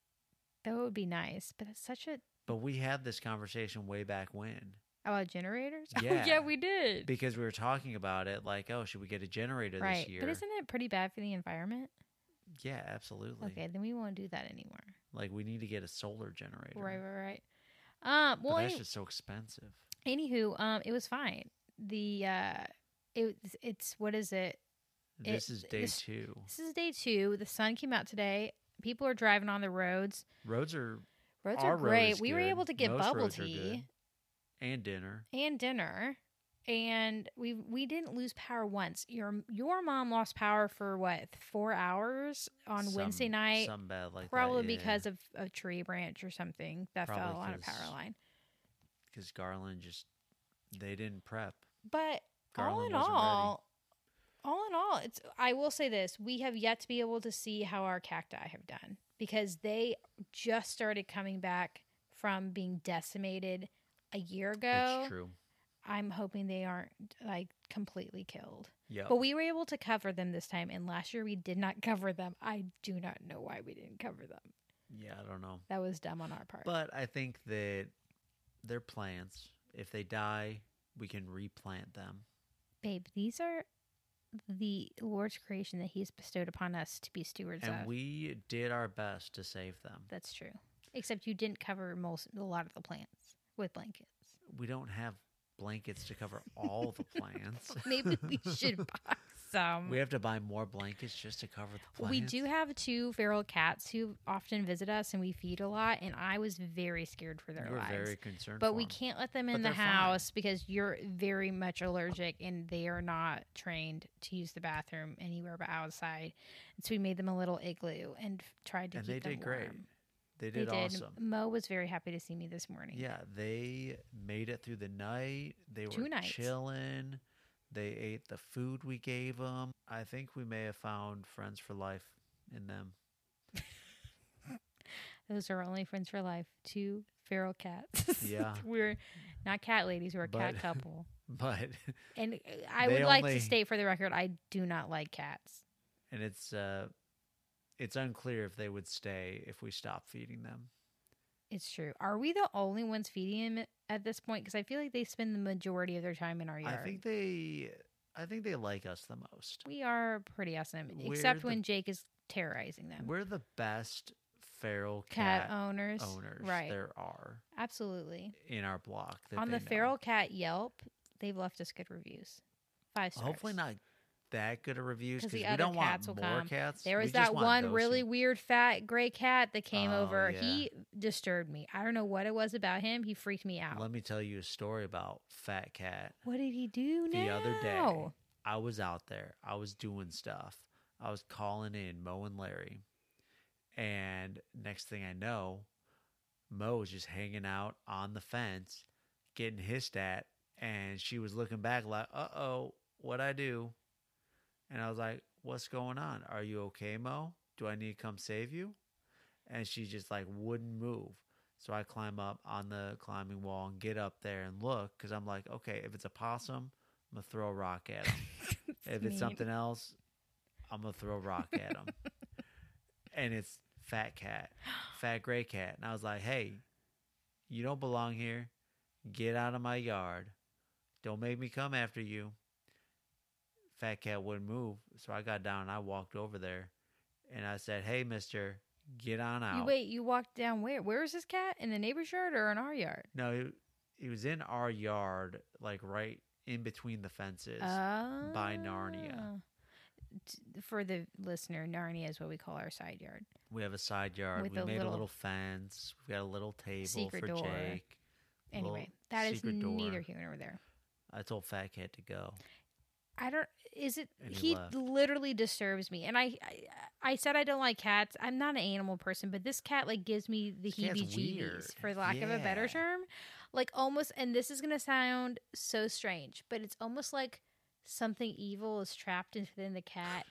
[SPEAKER 1] That would be nice, but it's such a
[SPEAKER 2] But we had this conversation way back when
[SPEAKER 1] about generators. *laughs*
[SPEAKER 2] Yeah.
[SPEAKER 1] oh, yeah, we did.
[SPEAKER 2] because we were talking about it like, oh, should we get a generator
[SPEAKER 1] right,
[SPEAKER 2] this year?
[SPEAKER 1] but isn't it pretty bad for the environment?
[SPEAKER 2] yeah, absolutely.
[SPEAKER 1] Okay, then we won't do that anymore.
[SPEAKER 2] Like we need to get a solar generator.
[SPEAKER 1] Right, right, right. Um, well,
[SPEAKER 2] but that's
[SPEAKER 1] any-
[SPEAKER 2] just so expensive.
[SPEAKER 1] anywho, um, it was fine. The uh, it it's what is it? It-
[SPEAKER 2] This is day
[SPEAKER 1] this-
[SPEAKER 2] two.
[SPEAKER 1] This is day two. The sun came out today. People are driving on the roads.
[SPEAKER 2] Roads are
[SPEAKER 1] Roads
[SPEAKER 2] Our
[SPEAKER 1] are
[SPEAKER 2] road
[SPEAKER 1] great.
[SPEAKER 2] is
[SPEAKER 1] we were
[SPEAKER 2] good.
[SPEAKER 1] able to get
[SPEAKER 2] Most
[SPEAKER 1] bubble
[SPEAKER 2] roads are
[SPEAKER 1] tea
[SPEAKER 2] and dinner.
[SPEAKER 1] and dinner, and we we didn't lose power once. Your your mom lost power for what four hours on Wednesday
[SPEAKER 2] Some-
[SPEAKER 1] night,
[SPEAKER 2] something bad like
[SPEAKER 1] probably
[SPEAKER 2] that,
[SPEAKER 1] because of a tree branch or something that
[SPEAKER 2] Probably
[SPEAKER 1] fell on a
[SPEAKER 2] 'cause-
[SPEAKER 1] power line.
[SPEAKER 2] because Garland just they didn't prep.
[SPEAKER 1] But all
[SPEAKER 2] Garland
[SPEAKER 1] in
[SPEAKER 2] wasn't ready.
[SPEAKER 1] all, all in all, it's. I will say this: we have yet to be able to see how our cacti have done because they just started coming back from being decimated a year ago.
[SPEAKER 2] It's true.
[SPEAKER 1] I'm hoping they aren't like completely killed.
[SPEAKER 2] Yeah.
[SPEAKER 1] But we were able to cover them this time, and last year we did not cover them. I do not know why we didn't cover them.
[SPEAKER 2] Yeah, I don't know.
[SPEAKER 1] That was dumb on our part.
[SPEAKER 2] But I think that they're plants. If they die, we can replant them.
[SPEAKER 1] Babe, these are the Lord's creation that He's bestowed upon us to be stewards
[SPEAKER 2] and
[SPEAKER 1] of.
[SPEAKER 2] we did our best to save them.
[SPEAKER 1] That's true. Except you didn't cover most a lot of the plants with blankets. *laughs*
[SPEAKER 2] We don't have blankets to cover all the plants.
[SPEAKER 1] Maybe
[SPEAKER 2] *laughs*
[SPEAKER 1] we should buy some.
[SPEAKER 2] We have to buy more blankets just to cover the plants.
[SPEAKER 1] We do have two feral cats who often visit us and we feed a lot and I was very scared for their
[SPEAKER 2] We're
[SPEAKER 1] lives.
[SPEAKER 2] very concerned,
[SPEAKER 1] but
[SPEAKER 2] for
[SPEAKER 1] we
[SPEAKER 2] 'em.
[SPEAKER 1] can't let them
[SPEAKER 2] But
[SPEAKER 1] in the
[SPEAKER 2] they're fine.
[SPEAKER 1] house because you're very much allergic and they are not trained to use the bathroom anywhere but outside. And so we made them a little igloo and f- tried to
[SPEAKER 2] And
[SPEAKER 1] keep
[SPEAKER 2] they
[SPEAKER 1] them
[SPEAKER 2] did great.
[SPEAKER 1] warm.
[SPEAKER 2] They
[SPEAKER 1] They
[SPEAKER 2] did,
[SPEAKER 1] did.
[SPEAKER 2] awesome.
[SPEAKER 1] Mo was very happy to see me this morning.
[SPEAKER 2] Yeah, they made it through the night. They
[SPEAKER 1] Two
[SPEAKER 2] were
[SPEAKER 1] nights.
[SPEAKER 2] chilling. They ate the food we gave them. I think we may have found friends for life in them. *laughs*
[SPEAKER 1] Those are our only friends for life. Two feral cats. *laughs*
[SPEAKER 2] Yeah.
[SPEAKER 1] we're not cat ladies, we're a cat
[SPEAKER 2] But- *laughs*
[SPEAKER 1] couple.
[SPEAKER 2] But
[SPEAKER 1] And uh, I
[SPEAKER 2] They
[SPEAKER 1] would like
[SPEAKER 2] only-
[SPEAKER 1] to state for the record, I do not like cats.
[SPEAKER 2] and it's uh it's unclear if they would stay if we stopped feeding them.
[SPEAKER 1] It's true. Are we the only ones feeding him at this point? Because I feel like they spend the majority of their time in our yard.
[SPEAKER 2] I think they I think they like us the most.
[SPEAKER 1] we are pretty awesome,
[SPEAKER 2] We're
[SPEAKER 1] except
[SPEAKER 2] the-
[SPEAKER 1] when Jake is terrorizing them.
[SPEAKER 2] We're the best feral
[SPEAKER 1] cat,
[SPEAKER 2] cat,
[SPEAKER 1] owners,
[SPEAKER 2] owners
[SPEAKER 1] right?
[SPEAKER 2] there are
[SPEAKER 1] Absolutely.
[SPEAKER 2] in our block. that
[SPEAKER 1] On
[SPEAKER 2] they
[SPEAKER 1] the
[SPEAKER 2] know.
[SPEAKER 1] feral cat Yelp, they've left us good reviews. Five stars.
[SPEAKER 2] Hopefully not that good of reviews
[SPEAKER 1] 'Cause
[SPEAKER 2] because
[SPEAKER 1] the
[SPEAKER 2] we
[SPEAKER 1] other
[SPEAKER 2] don't
[SPEAKER 1] cats
[SPEAKER 2] want
[SPEAKER 1] will
[SPEAKER 2] more
[SPEAKER 1] come.
[SPEAKER 2] cats.
[SPEAKER 1] There
[SPEAKER 2] We
[SPEAKER 1] was
[SPEAKER 2] just
[SPEAKER 1] that
[SPEAKER 2] want
[SPEAKER 1] one
[SPEAKER 2] those
[SPEAKER 1] really
[SPEAKER 2] who-
[SPEAKER 1] weird fat gray cat that came
[SPEAKER 2] Oh,
[SPEAKER 1] over.
[SPEAKER 2] yeah.
[SPEAKER 1] He disturbed me. I don't know what it was about him. He freaked me out.
[SPEAKER 2] Let me tell you a story about Fat Cat.
[SPEAKER 1] what did he do now?
[SPEAKER 2] The other day, I was out there. I was doing stuff. I was calling in Mo and Larry, and next thing I know, Mo was just hanging out on the fence, getting hissed at, and she was looking back like, "Uh oh, what I do?" And I was like, "What's going on? Are you okay, Mo? Do I need to come save you?" And she just like wouldn't move. So I climb up on the climbing wall and get up there and look because I'm like, okay, if it's a possum, I'm gonna throw a rock at
[SPEAKER 1] *laughs*
[SPEAKER 2] him. if it's
[SPEAKER 1] Mean.
[SPEAKER 2] something else, I'm gonna throw a rock at
[SPEAKER 1] *laughs*
[SPEAKER 2] him. and it's fat cat, fat gray cat. And I was like, hey, you don't belong here. Get out of my yard. Don't make me come after you. Fat cat wouldn't move. So I got down and I walked over there and I said, hey, mister, get on out.
[SPEAKER 1] You wait, you walked down where? Where is this cat? In the neighbor's yard or in our yard?
[SPEAKER 2] No, it, it was in our yard, like right in between the fences. by Narnia.
[SPEAKER 1] Ah. T- For the listener, Narnia is what we call our side yard.
[SPEAKER 2] we have a side yard.
[SPEAKER 1] with
[SPEAKER 2] We
[SPEAKER 1] a
[SPEAKER 2] made
[SPEAKER 1] little
[SPEAKER 2] a little fence. We've got a little table
[SPEAKER 1] secret
[SPEAKER 2] for
[SPEAKER 1] door.
[SPEAKER 2] Jake. Little
[SPEAKER 1] Anyway, that is
[SPEAKER 2] secret door.
[SPEAKER 1] neither here nor there.
[SPEAKER 2] I told Fat Cat to go.
[SPEAKER 1] I don't. Is it?
[SPEAKER 2] And he
[SPEAKER 1] he
[SPEAKER 2] left.
[SPEAKER 1] literally disturbs me, and I, I, I said I don't like cats. I'm not an animal person, but this cat like gives me the
[SPEAKER 2] This cat's
[SPEAKER 1] heebie-jeebies,
[SPEAKER 2] weird.
[SPEAKER 1] for lack of a better
[SPEAKER 2] Yeah.
[SPEAKER 1] term. Like almost, and this is gonna sound so strange, but it's almost like something evil is trapped within the cat.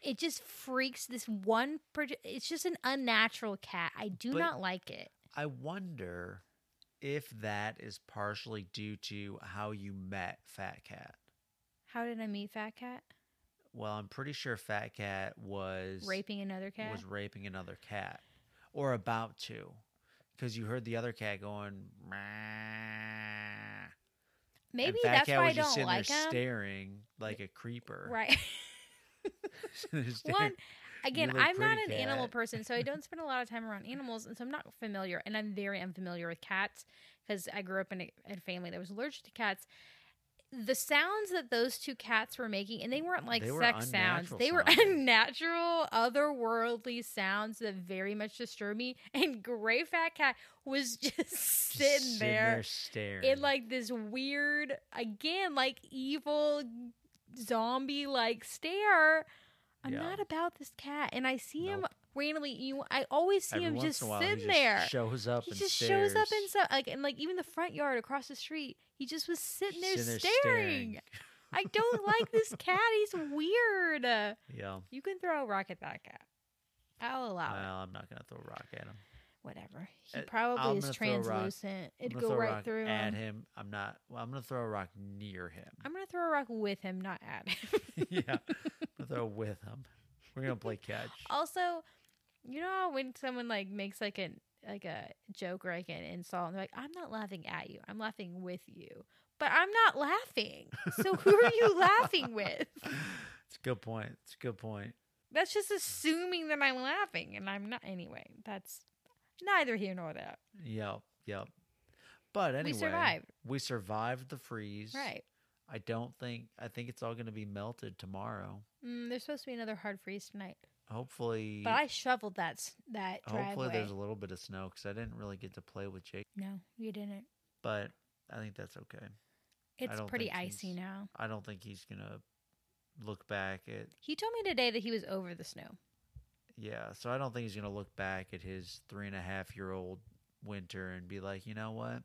[SPEAKER 1] It just freaks this one. parti- It's just an unnatural cat. I do
[SPEAKER 2] But-
[SPEAKER 1] not like it.
[SPEAKER 2] I wonder if that is partially due to how you met Fat Cat.
[SPEAKER 1] How did I meet Fat Cat?
[SPEAKER 2] Well, I'm pretty sure Fat Cat was
[SPEAKER 1] Raping another cat.
[SPEAKER 2] was raping another cat or about to because you heard the other cat going. "Meow."
[SPEAKER 1] Maybe
[SPEAKER 2] and Fat
[SPEAKER 1] that's
[SPEAKER 2] Cat
[SPEAKER 1] why
[SPEAKER 2] was
[SPEAKER 1] I
[SPEAKER 2] just
[SPEAKER 1] don't
[SPEAKER 2] sitting
[SPEAKER 1] like
[SPEAKER 2] there
[SPEAKER 1] him.
[SPEAKER 2] staring like a creeper. *laughs*
[SPEAKER 1] Right.
[SPEAKER 2] Sitting there staring.
[SPEAKER 1] *laughs*
[SPEAKER 2] *laughs*
[SPEAKER 1] One, again,
[SPEAKER 2] look
[SPEAKER 1] I'm not
[SPEAKER 2] pretty,
[SPEAKER 1] an animal
[SPEAKER 2] cat.
[SPEAKER 1] person, so I don't
[SPEAKER 2] *laughs*
[SPEAKER 1] spend a lot of time around animals, and so I'm not familiar. And I'm very unfamiliar with cats because I grew up in a, in a family that was allergic to cats. The sounds that those two cats were making, and they weren't like
[SPEAKER 2] They were
[SPEAKER 1] sex sounds.
[SPEAKER 2] unnatural
[SPEAKER 1] They were *laughs*
[SPEAKER 2] sounding.
[SPEAKER 1] unnatural, otherworldly sounds that very much disturb me. And Gray Fat Cat was *laughs* just,
[SPEAKER 2] Just
[SPEAKER 1] sitting, there
[SPEAKER 2] staring.
[SPEAKER 1] in like this weird again like evil zombie like stare i'm
[SPEAKER 2] Yeah.
[SPEAKER 1] not about this cat and i see him
[SPEAKER 2] Nope.
[SPEAKER 1] randomly you i always see
[SPEAKER 2] Every
[SPEAKER 1] him
[SPEAKER 2] once
[SPEAKER 1] just
[SPEAKER 2] in a while,
[SPEAKER 1] sitting
[SPEAKER 2] he just
[SPEAKER 1] there
[SPEAKER 2] Shows up
[SPEAKER 1] he
[SPEAKER 2] and
[SPEAKER 1] just shows up
[SPEAKER 2] stares.
[SPEAKER 1] and so like and like even the front yard across the street he just was sitting there,
[SPEAKER 2] Sitting there
[SPEAKER 1] staring. i don't like this
[SPEAKER 2] *laughs*
[SPEAKER 1] cat he's weird Uh,
[SPEAKER 2] Yeah.
[SPEAKER 1] you can throw a rock at that cat i'll allow it
[SPEAKER 2] Well, I'm not gonna throw a rock at him.
[SPEAKER 1] whatever he
[SPEAKER 2] Uh, I'm
[SPEAKER 1] probably is
[SPEAKER 2] gonna throw a rock-
[SPEAKER 1] translucent it'd
[SPEAKER 2] I'm gonna
[SPEAKER 1] go
[SPEAKER 2] throw a
[SPEAKER 1] right
[SPEAKER 2] rock
[SPEAKER 1] through him.
[SPEAKER 2] at him. I'm not. Well, I'm gonna throw a rock near him. *laughs*
[SPEAKER 1] I'm gonna throw a rock with him, not at him. *laughs*
[SPEAKER 2] yeah. I'm gonna throw with him. We're gonna play catch.
[SPEAKER 1] also, You know how when someone like makes like an like a joke or like an insult and they're like, I'm not laughing at you, I'm laughing with you. But I'm not laughing. So who are
[SPEAKER 2] *laughs*
[SPEAKER 1] you laughing with?
[SPEAKER 2] It's a good point. It's a good point.
[SPEAKER 1] That's just assuming that I'm laughing and I'm not anyway. That's neither here nor there.
[SPEAKER 2] Yep. Yep. But anyway,
[SPEAKER 1] we survived.
[SPEAKER 2] we survived the freeze.
[SPEAKER 1] Right.
[SPEAKER 2] I don't think I think it's all going to be melted tomorrow.
[SPEAKER 1] Mm, there's supposed to be another hard freeze tonight.
[SPEAKER 2] Hopefully
[SPEAKER 1] But I shoveled that s- that driveway.
[SPEAKER 2] hopefully there's a little bit of snow cuz I didn't really get to play with Jake,
[SPEAKER 1] no, you didn't.
[SPEAKER 2] but I think that's okay.
[SPEAKER 1] It's
[SPEAKER 2] don't
[SPEAKER 1] pretty
[SPEAKER 2] think
[SPEAKER 1] icy
[SPEAKER 2] he's-
[SPEAKER 1] now.
[SPEAKER 2] I don't think he's going to look back at
[SPEAKER 1] He told me today that he was over the snow.
[SPEAKER 2] yeah, so I don't think he's going to look back at his three and a half year old winter and be like, you know what?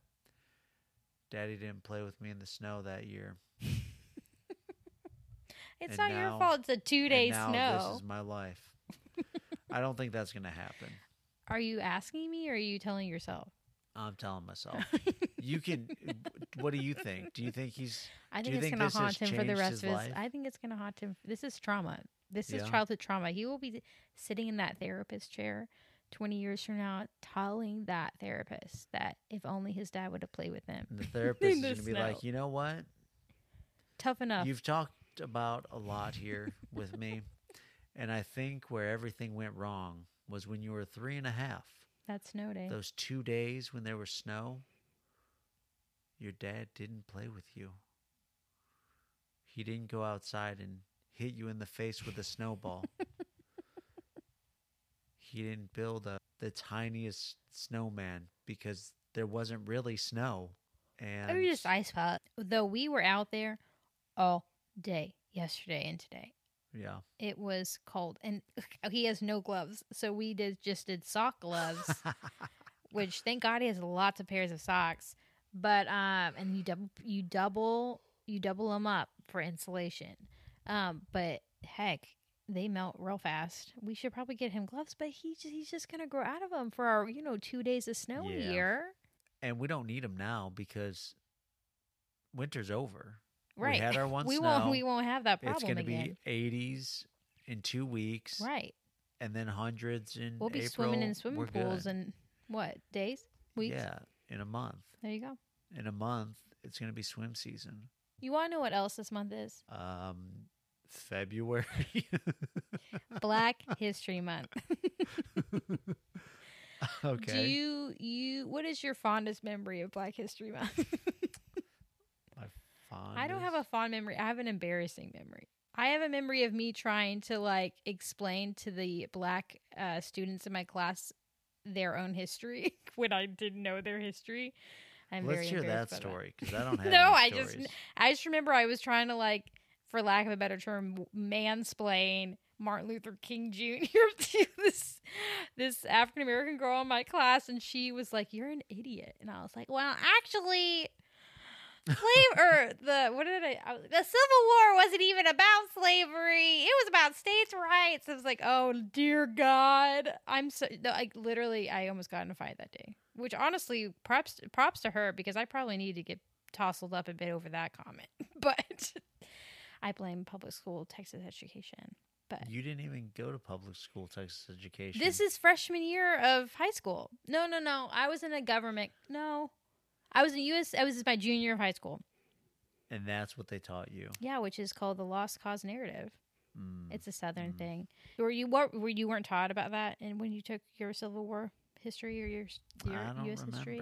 [SPEAKER 2] Daddy didn't play with me in the snow that year.
[SPEAKER 1] It's
[SPEAKER 2] And
[SPEAKER 1] not your
[SPEAKER 2] now-
[SPEAKER 1] fault. It's a two
[SPEAKER 2] and
[SPEAKER 1] day
[SPEAKER 2] now
[SPEAKER 1] snow.
[SPEAKER 2] This is
[SPEAKER 1] *laughs*
[SPEAKER 2] my life. I don't think that's going to happen.
[SPEAKER 1] Are you asking me or are you telling yourself?
[SPEAKER 2] I'm telling
[SPEAKER 1] *laughs*
[SPEAKER 2] myself. You can. what do you think? Do you think he's?
[SPEAKER 1] I
[SPEAKER 2] Do
[SPEAKER 1] think
[SPEAKER 2] you
[SPEAKER 1] it's
[SPEAKER 2] think
[SPEAKER 1] gonna
[SPEAKER 2] this
[SPEAKER 1] haunt
[SPEAKER 2] has
[SPEAKER 1] him for the
[SPEAKER 2] changed
[SPEAKER 1] rest
[SPEAKER 2] his
[SPEAKER 1] of his.
[SPEAKER 2] life?
[SPEAKER 1] I think it's gonna haunt him. This is trauma. This
[SPEAKER 2] Yeah.
[SPEAKER 1] is childhood trauma. He will be sitting in that therapist chair twenty years from now, telling that therapist that if only his dad would have played with him, *laughs*
[SPEAKER 2] The therapist is
[SPEAKER 1] the
[SPEAKER 2] going to be like,
[SPEAKER 1] snow.
[SPEAKER 2] you know what?
[SPEAKER 1] tough enough.
[SPEAKER 2] You've talked about a lot here with me, and I think where everything went wrong was when you were three and a half.
[SPEAKER 1] That snow day.
[SPEAKER 2] Those two days when there was snow, your dad didn't play with you. He didn't go outside and hit you in the face with a snowball. he didn't build a, the tiniest snowman because there wasn't really snow. And
[SPEAKER 1] They were just ice pop. Though we were out there all day yesterday and today.
[SPEAKER 2] yeah,
[SPEAKER 1] *laughs*
[SPEAKER 2] *laughs*
[SPEAKER 1] It was cold, and he has no gloves, so we did just did sock gloves. which thank God he has lots of pairs of socks. But um, and you double you double you double them up for insulation. Um, but heck, they melt real fast. We should probably get him gloves, but he ju- he's just gonna grow out of them for our you know two days of snow
[SPEAKER 2] Yeah.
[SPEAKER 1] a year,
[SPEAKER 2] and we don't need them now because winter's over.
[SPEAKER 1] right?
[SPEAKER 2] We
[SPEAKER 1] *laughs*
[SPEAKER 2] had our one
[SPEAKER 1] we
[SPEAKER 2] snow.
[SPEAKER 1] won't we won't have that
[SPEAKER 2] it's
[SPEAKER 1] problem
[SPEAKER 2] going to
[SPEAKER 1] again,
[SPEAKER 2] be 80s in two weeks.
[SPEAKER 1] right?
[SPEAKER 2] and then hundreds in
[SPEAKER 1] We'll be
[SPEAKER 2] April,
[SPEAKER 1] swimming in
[SPEAKER 2] we're
[SPEAKER 1] swimming pools
[SPEAKER 2] good.
[SPEAKER 1] in what days, weeks?
[SPEAKER 2] yeah in a month
[SPEAKER 1] There you go.
[SPEAKER 2] in a month it's going to be swim season
[SPEAKER 1] You want to know what else this month is?
[SPEAKER 2] um february *laughs*
[SPEAKER 1] Black History Month.
[SPEAKER 2] okay
[SPEAKER 1] Do you you what is your fondest memory of Black History Month? *laughs*
[SPEAKER 2] My
[SPEAKER 1] I don't have a
[SPEAKER 2] fondest-
[SPEAKER 1] fond memory. I have an embarrassing memory. I have a memory of me trying to like explain to the black uh, students in my class their own history *laughs* when I didn't know their history. I'm very
[SPEAKER 2] let's hear that
[SPEAKER 1] embarrassed by
[SPEAKER 2] story because
[SPEAKER 1] *laughs*
[SPEAKER 2] i don't
[SPEAKER 1] No,
[SPEAKER 2] have any
[SPEAKER 1] I just-
[SPEAKER 2] stories.
[SPEAKER 1] I just remember I was trying to like, for lack of a better term, mansplain Martin Luther King *laughs* Jr. to this this African American girl in my class, and she was like, "You're an idiot," and I was like, "Well, actually." slave or the what did I, I was- the Civil War wasn't even about slavery. It was about states' rights. I was like, oh dear God, I'm so no, like literally, I almost got in a fight that day. Which honestly, props props to her because I probably need to get tousled up a bit over that comment. *laughs* But I blame public school Texas education. But
[SPEAKER 2] you didn't even go to public school texas education
[SPEAKER 1] this is freshman year of high school. No, no, no. I was in a government. No, I was in U.S. I was my junior year of high school.
[SPEAKER 2] and that's what they taught you
[SPEAKER 1] Yeah, which is called the Lost Cause narrative.
[SPEAKER 2] mm.
[SPEAKER 1] It's a Southern
[SPEAKER 2] Mm.
[SPEAKER 1] thing. Were you what? Were you weren't taught about that? And when you took your Civil War history or your, s- your
[SPEAKER 2] i don't
[SPEAKER 1] U.S.
[SPEAKER 2] remember
[SPEAKER 1] history,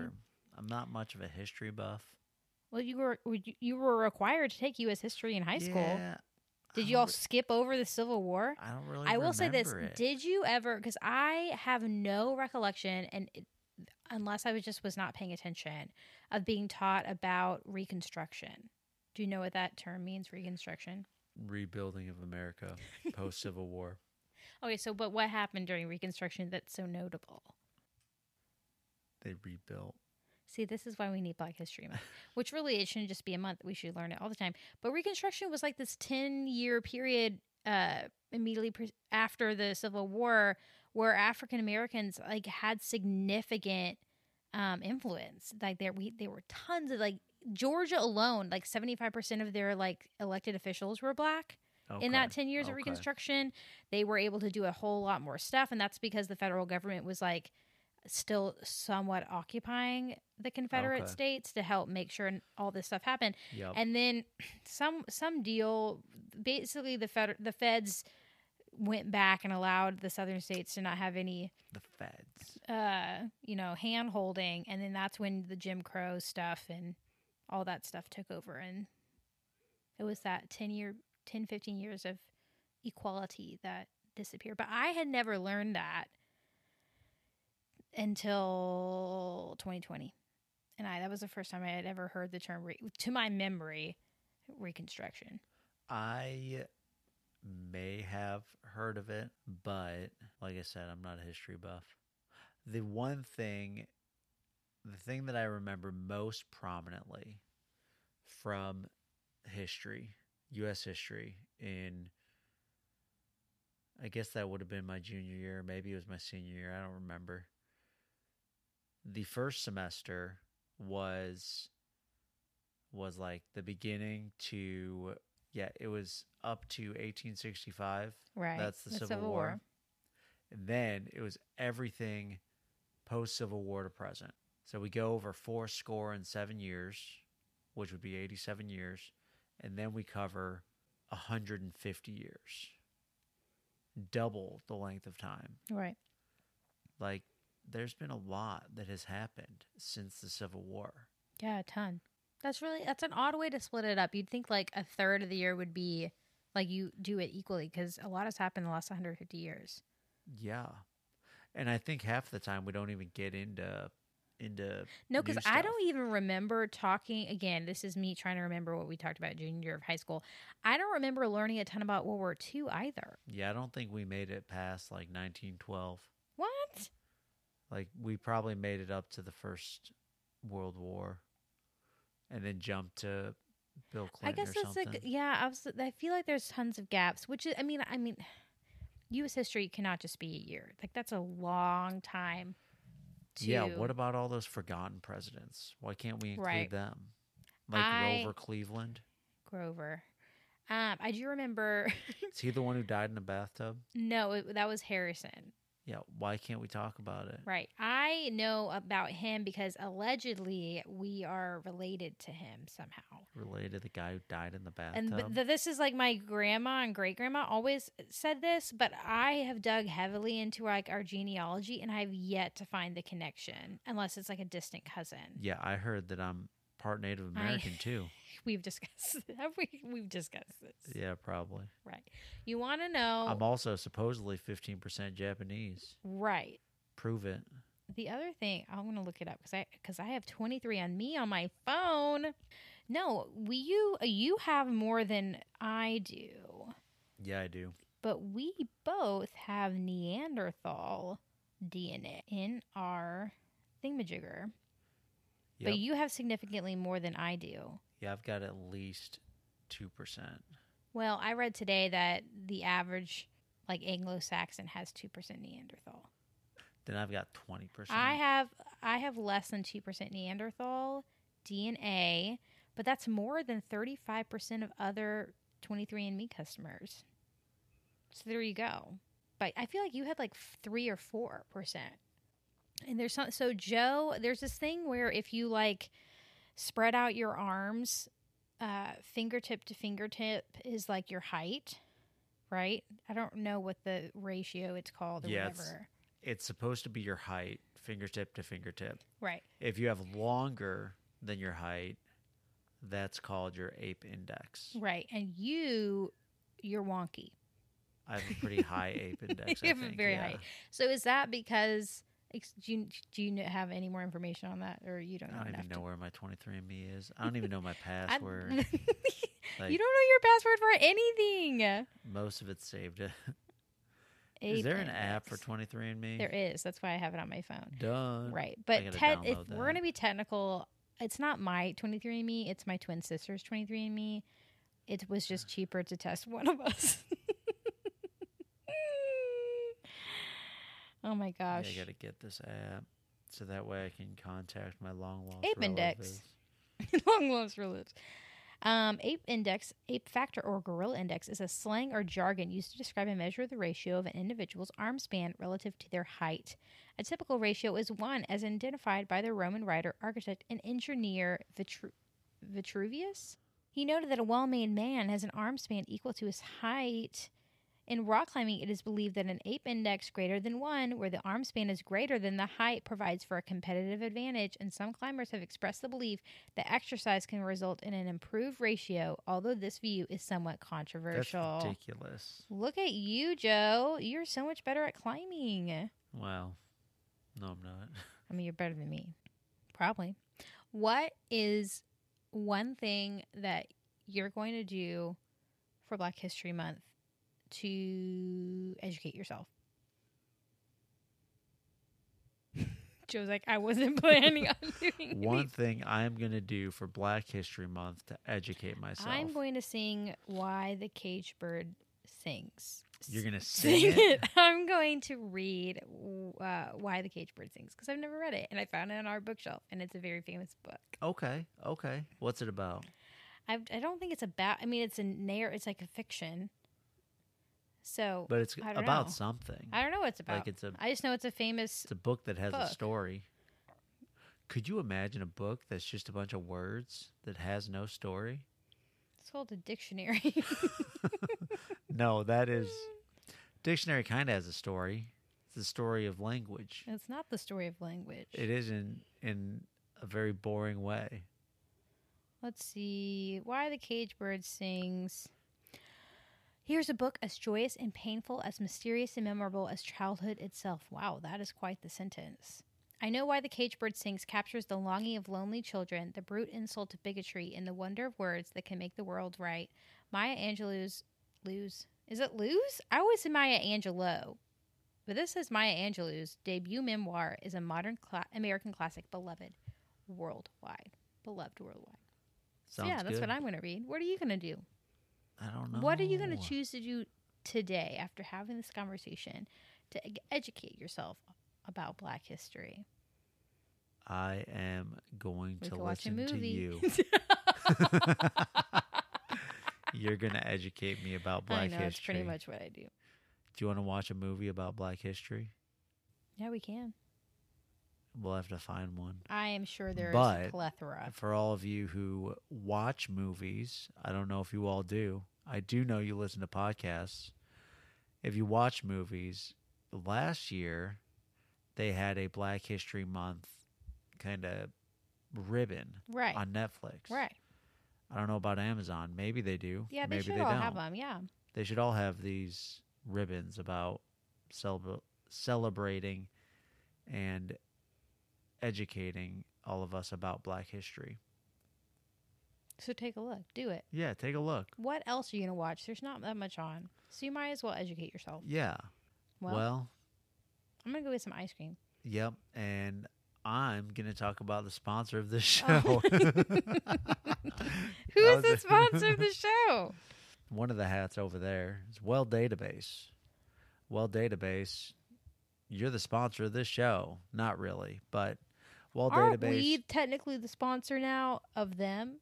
[SPEAKER 2] i'm not much of a history buff
[SPEAKER 1] well, you were were you, you were required to take U.S. history in high school.
[SPEAKER 2] Yeah, I
[SPEAKER 1] Did
[SPEAKER 2] don't
[SPEAKER 1] you all
[SPEAKER 2] re-
[SPEAKER 1] skip over the Civil War?
[SPEAKER 2] i don't really
[SPEAKER 1] I will say this:
[SPEAKER 2] remember it.
[SPEAKER 1] Did you ever? Because I have no recollection, and it, unless I was just was not paying attention, of being taught about Reconstruction. Do you know what that term means? Reconstruction.
[SPEAKER 2] rebuilding of
[SPEAKER 1] *laughs*
[SPEAKER 2] america post civil war
[SPEAKER 1] Okay, so but what happened during Reconstruction that's so notable?
[SPEAKER 2] they rebuilt
[SPEAKER 1] See, this is why we need Black History Month, which really it shouldn't just be a month. We should learn it all the time. But Reconstruction was like this 10 year period uh, immediately pre- after the Civil War where African Americans like had significant um, influence. Like there, we there were tons of like Georgia alone, like 75% of their like elected officials were black. in
[SPEAKER 2] Okay.
[SPEAKER 1] that 10 years
[SPEAKER 2] Okay.
[SPEAKER 1] of reconstruction they were able to do a whole lot more stuff and that's because the federal government was like still somewhat occupying the confederate
[SPEAKER 2] Okay.
[SPEAKER 1] states to help make sure n- all this stuff happened
[SPEAKER 2] Yep.
[SPEAKER 1] and then *clears throat* some some deal basically the fed the feds went back and allowed the southern states to not have any
[SPEAKER 2] the feds.
[SPEAKER 1] uh you know hand holding and then that's when the jim crow stuff and all that stuff took over and it was that 10 year 10 15 years of equality that disappeared but i had never learned that until 2020 and i that was the first time i had ever heard the term re- to my memory reconstruction
[SPEAKER 2] I may have heard of it, but like I said, I'm not a history buff. The one thing, the thing that I remember most prominently from history, U.S. history, in I guess that would have been my junior year, maybe it was my senior year, I don't remember. The first semester was was like the beginning to yeah, it was up to 1865.
[SPEAKER 1] right
[SPEAKER 2] That's the Civil, War. And then it was everything post Civil War to present. So we go over four score and seven years, which would be 87 years. And then we cover 150 years, double the length of time.
[SPEAKER 1] right
[SPEAKER 2] Like, there's been a lot that has happened since the Civil War.
[SPEAKER 1] Yeah, a ton. That's really that's an odd way to split it up. You'd think like a third of the year would be like you do it equally because a lot has happened in the last 150 years.
[SPEAKER 2] Yeah. And I think half the time we don't even get into into
[SPEAKER 1] No,
[SPEAKER 2] new
[SPEAKER 1] because I
[SPEAKER 2] stuff.
[SPEAKER 1] don't even remember talking. Again, this is me trying to remember what we talked about junior year of high school. I don't remember learning a ton about World War II either.
[SPEAKER 2] Yeah, I don't think we made it past like 1912.
[SPEAKER 1] What?
[SPEAKER 2] Like we probably made it up to the first World War, and then jumped to Bill Clinton.
[SPEAKER 1] I guess
[SPEAKER 2] or
[SPEAKER 1] that's
[SPEAKER 2] something.
[SPEAKER 1] like yeah. I was. I feel like there's tons of gaps. Which is, I mean, I mean, U.S. history cannot just be a year. Like that's a long time. To,
[SPEAKER 2] yeah. What about all those forgotten presidents? Why can't we include
[SPEAKER 1] Right.
[SPEAKER 2] them? Like
[SPEAKER 1] I-
[SPEAKER 2] Grover Cleveland.
[SPEAKER 1] Grover. Um, I do remember. *laughs*
[SPEAKER 2] Is he the one who died in a bathtub?
[SPEAKER 1] no, it, that was Harrison.
[SPEAKER 2] Yeah. Why can't we talk about it?
[SPEAKER 1] Right. I know about him because allegedly we are related to him somehow.
[SPEAKER 2] Related to the guy who died in the
[SPEAKER 1] And
[SPEAKER 2] bathtub.
[SPEAKER 1] but th- this is like my grandma and great grandma always said this, but I have dug heavily into like our genealogy and I've yet to find the connection unless it's like a distant cousin.
[SPEAKER 2] yeah, I heard that I'm part Native American too.
[SPEAKER 1] *laughs* We've discussed *laughs* have we we've discussed this.
[SPEAKER 2] Yeah, probably.
[SPEAKER 1] Right. You want to know
[SPEAKER 2] I'm also supposedly 15% Japanese.
[SPEAKER 1] right.
[SPEAKER 2] Prove it.
[SPEAKER 1] The other thing, I'm going to look it up because I because I have 23 on me on my phone. No, we you you have more than I do,
[SPEAKER 2] Yeah, I do.
[SPEAKER 1] but we both have Neanderthal DNA in our thingamajigger.
[SPEAKER 2] Yep.
[SPEAKER 1] But you have significantly more than I do.
[SPEAKER 2] Yeah, I've got at least 2%.
[SPEAKER 1] Well, I read today that the average like Anglo-Saxon has 2% Neanderthal.
[SPEAKER 2] Then I've got 20%.
[SPEAKER 1] I have I have less than two percent Neanderthal DNA, but that's more than thirty five percent of other twenty three andme customers. So there you go. But I feel like you had like f- three or four percent. And there's some so Joe, there's this thing where if you like spread out your arms, uh, fingertip to fingertip is like your height, right? I don't know what the ratio it's called or
[SPEAKER 2] Yeah, it's-
[SPEAKER 1] whatever.
[SPEAKER 2] it's supposed to be your height, fingertip to fingertip.
[SPEAKER 1] Right.
[SPEAKER 2] If you have longer than your height, that's called your ape index.
[SPEAKER 1] Right. And you you're wonky.
[SPEAKER 2] I have a pretty high
[SPEAKER 1] *laughs*
[SPEAKER 2] ape index.
[SPEAKER 1] You
[SPEAKER 2] I
[SPEAKER 1] have a
[SPEAKER 2] think.
[SPEAKER 1] very
[SPEAKER 2] yeah.
[SPEAKER 1] high- So is that because ex- do you, do you kn- have any more information on that or you don't
[SPEAKER 2] I
[SPEAKER 1] know
[SPEAKER 2] don't
[SPEAKER 1] enough
[SPEAKER 2] even
[SPEAKER 1] to-
[SPEAKER 2] know where my 23andMe is. I don't even know my
[SPEAKER 1] *laughs* I-
[SPEAKER 2] password. Like,
[SPEAKER 1] you don't know your password for anything.
[SPEAKER 2] most of it's saved. *laughs* is there an app for
[SPEAKER 1] Apex.
[SPEAKER 2] 23andMe?
[SPEAKER 1] There is. That's why I have it on my phone.
[SPEAKER 2] Done.
[SPEAKER 1] Right.
[SPEAKER 2] gotta
[SPEAKER 1] But te- if
[SPEAKER 2] download
[SPEAKER 1] we're
[SPEAKER 2] that.
[SPEAKER 1] going to be technical, it's not my 23andMe, it's my twin sister's 23andMe. It was just cheaper to test one of us. *laughs* oh my
[SPEAKER 2] Yeah,
[SPEAKER 1] gosh.
[SPEAKER 2] I gotta get this app so that way I can contact my long lost
[SPEAKER 1] Ape Index. *laughs*
[SPEAKER 2] relatives.
[SPEAKER 1] long lost relatives. Um, ape index, ape factor, or gorilla index is a slang or jargon used to describe a measure of the ratio of an individual's arm span relative to their height. A typical ratio is one, as identified by the Roman writer, architect, and engineer Vitru- Vitruvius. He noted that a well made man has an arm span equal to his height. In rock climbing, it is believed that an ape index greater than one, where the arm span is greater than the height, provides for a competitive advantage, and some climbers have expressed the belief that exercise can result in an improved ratio, although this view is somewhat
[SPEAKER 2] That's
[SPEAKER 1] controversial.
[SPEAKER 2] ridiculous.
[SPEAKER 1] Look at you, Joe. You're so much better at climbing.
[SPEAKER 2] Well, no, I'm
[SPEAKER 1] *laughs*
[SPEAKER 2] not.
[SPEAKER 1] I mean, you're better than me. Probably. What is one thing that you're going to do for Black History Month to educate yourself? *laughs* Joe's like, I wasn't *laughs* planning on doing
[SPEAKER 2] One
[SPEAKER 1] anything."
[SPEAKER 2] thing I'm gonna do for Black History Month to educate myself.
[SPEAKER 1] I'm going to sing Why the Caged Bird Sings.
[SPEAKER 2] You're gonna sing
[SPEAKER 1] *laughs* sing
[SPEAKER 2] it.
[SPEAKER 1] it. I'm going to read uh, Why the Caged Bird Sings because I've never read it and I found it on our bookshelf and it's a very famous book.
[SPEAKER 2] Okay, okay. What's it about?
[SPEAKER 1] I, I don't think it's about. I mean, it's a narr. It's like a fiction. So
[SPEAKER 2] But it's
[SPEAKER 1] I
[SPEAKER 2] about
[SPEAKER 1] don't know.
[SPEAKER 2] something.
[SPEAKER 1] I don't know what it's about.
[SPEAKER 2] Like it's a
[SPEAKER 1] I just know it's a famous.
[SPEAKER 2] it's a book that has a
[SPEAKER 1] book.
[SPEAKER 2] story. Could you imagine a book that's just a bunch of words that has no story?
[SPEAKER 1] It's called a dictionary. *laughs*
[SPEAKER 2] No, that is dictionary kind of has a story. It's the story of language.
[SPEAKER 1] it's not the story of language.
[SPEAKER 2] It is in in a very boring way.
[SPEAKER 1] Let's see. Why the cage bird sings. Here's a book as joyous and painful, as mysterious and memorable as childhood itself. Wow, that is quite the sentence. I know why the cage bird sings captures the longing of lonely children, the brute insult to bigotry, and the wonder of words that can make the world right. Maya Angelou's lose. Is it lose? I always say Maya Angelou. But this is Maya Angelou's debut memoir is a modern cla- American classic beloved worldwide. Beloved worldwide. So
[SPEAKER 2] Sounds
[SPEAKER 1] yeah, that's what
[SPEAKER 2] good.
[SPEAKER 1] I'm going to read. What are you going to do?
[SPEAKER 2] I don't know.
[SPEAKER 1] What are you going to choose to do today after having this conversation to e- educate yourself about Black history?
[SPEAKER 2] I am going
[SPEAKER 1] We
[SPEAKER 2] to
[SPEAKER 1] could watch a
[SPEAKER 2] listen to
[SPEAKER 1] movie. *laughs*
[SPEAKER 2] you. *laughs* You're going to educate me about Black
[SPEAKER 1] I know that's
[SPEAKER 2] history.
[SPEAKER 1] pretty much what I do.
[SPEAKER 2] Do you want to watch a movie about Black history?
[SPEAKER 1] Yeah, we can.
[SPEAKER 2] We'll have to find one.
[SPEAKER 1] I am sure there is
[SPEAKER 2] But-
[SPEAKER 1] a plethora.
[SPEAKER 2] For all of you who watch movies, I don't know if you all do. I do know you listen to podcasts. If you watch movies, last year they had a Black History Month kind of ribbon
[SPEAKER 1] Right.
[SPEAKER 2] on Netflix.
[SPEAKER 1] right.
[SPEAKER 2] I don't know about Amazon. Maybe they do.
[SPEAKER 1] Yeah,
[SPEAKER 2] Maybe
[SPEAKER 1] they should
[SPEAKER 2] they
[SPEAKER 1] all
[SPEAKER 2] don't.
[SPEAKER 1] have them. Yeah.
[SPEAKER 2] They should all have these ribbons about celeb- celebrating and educating all of us about Black history.
[SPEAKER 1] So take a look. Do it.
[SPEAKER 2] Yeah, take a look.
[SPEAKER 1] What else are you going to watch? There's not that much on. So you might as well educate yourself.
[SPEAKER 2] Yeah.
[SPEAKER 1] Well,
[SPEAKER 2] Well,
[SPEAKER 1] I'm going to go get some ice cream.
[SPEAKER 2] yep. And I'm going to talk about the sponsor of this
[SPEAKER 1] Oh. *laughs*
[SPEAKER 2] show. *laughs*
[SPEAKER 1] Who is
[SPEAKER 2] That was
[SPEAKER 1] the
[SPEAKER 2] a-
[SPEAKER 1] sponsor
[SPEAKER 2] *laughs*
[SPEAKER 1] of the show?
[SPEAKER 2] One of the hats over there is Well Database. Well Database, you're the sponsor of this show. Not really, but Well
[SPEAKER 1] Aren't
[SPEAKER 2] Database.
[SPEAKER 1] we technically the sponsor now of them?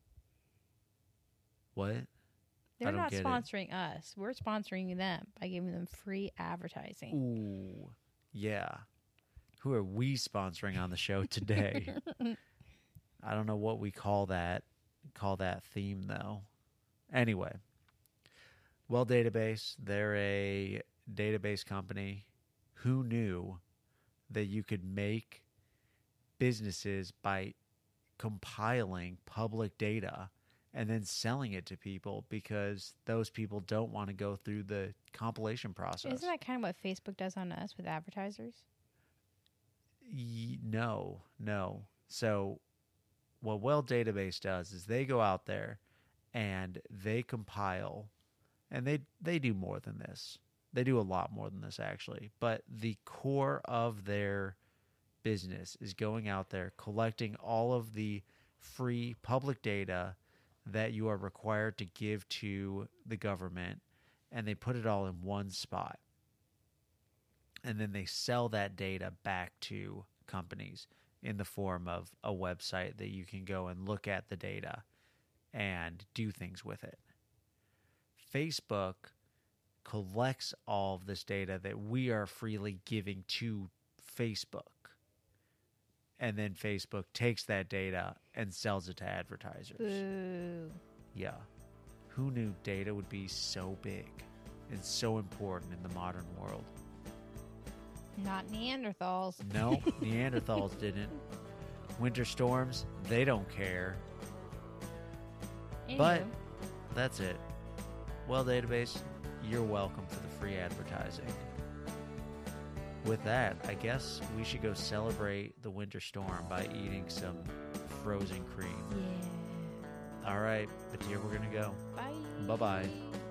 [SPEAKER 2] What?
[SPEAKER 1] They're
[SPEAKER 2] don't
[SPEAKER 1] not
[SPEAKER 2] get it.
[SPEAKER 1] sponsoring us. We're sponsoring them by giving them free advertising.
[SPEAKER 2] Ooh, yeah. Who are we sponsoring on the
[SPEAKER 1] *laughs*
[SPEAKER 2] show today? I don't know what we call that call that theme though. Anyway, well, database. They're a database company. Who knew that you could make businesses by compiling public data and then selling it to people because those people don't want to go through the compilation process.
[SPEAKER 1] Isn't that kind of what Facebook does on us with advertisers?
[SPEAKER 2] Ye- no, no. So, what Well Database does is they go out there and they compile, and they they do more than this. They do a lot more than this actually. But the core of their business is going out there collecting all of the free public data that you are required to give to the government and they put it all in one spot and then they sell that data back to companies in the form of a website that you can go and look at the data and do things with it. Facebook collects all of this data that we are freely giving to Facebook. And then Facebook takes that data and sells it to advertisers.
[SPEAKER 1] Boo.
[SPEAKER 2] Yeah. Who knew data would be so big and so important in the modern world?
[SPEAKER 1] Not Neanderthals. *laughs*
[SPEAKER 2] No, Neanderthals didn't. Winter storms, they don't care. But
[SPEAKER 1] Anywho,
[SPEAKER 2] that's it. Well, database, you're welcome for the free advertising. With that, I guess we should go celebrate the winter storm by eating some frozen cream.
[SPEAKER 1] yeah.
[SPEAKER 2] All right, but here we're going to go.
[SPEAKER 1] Bye.
[SPEAKER 2] Bye-bye.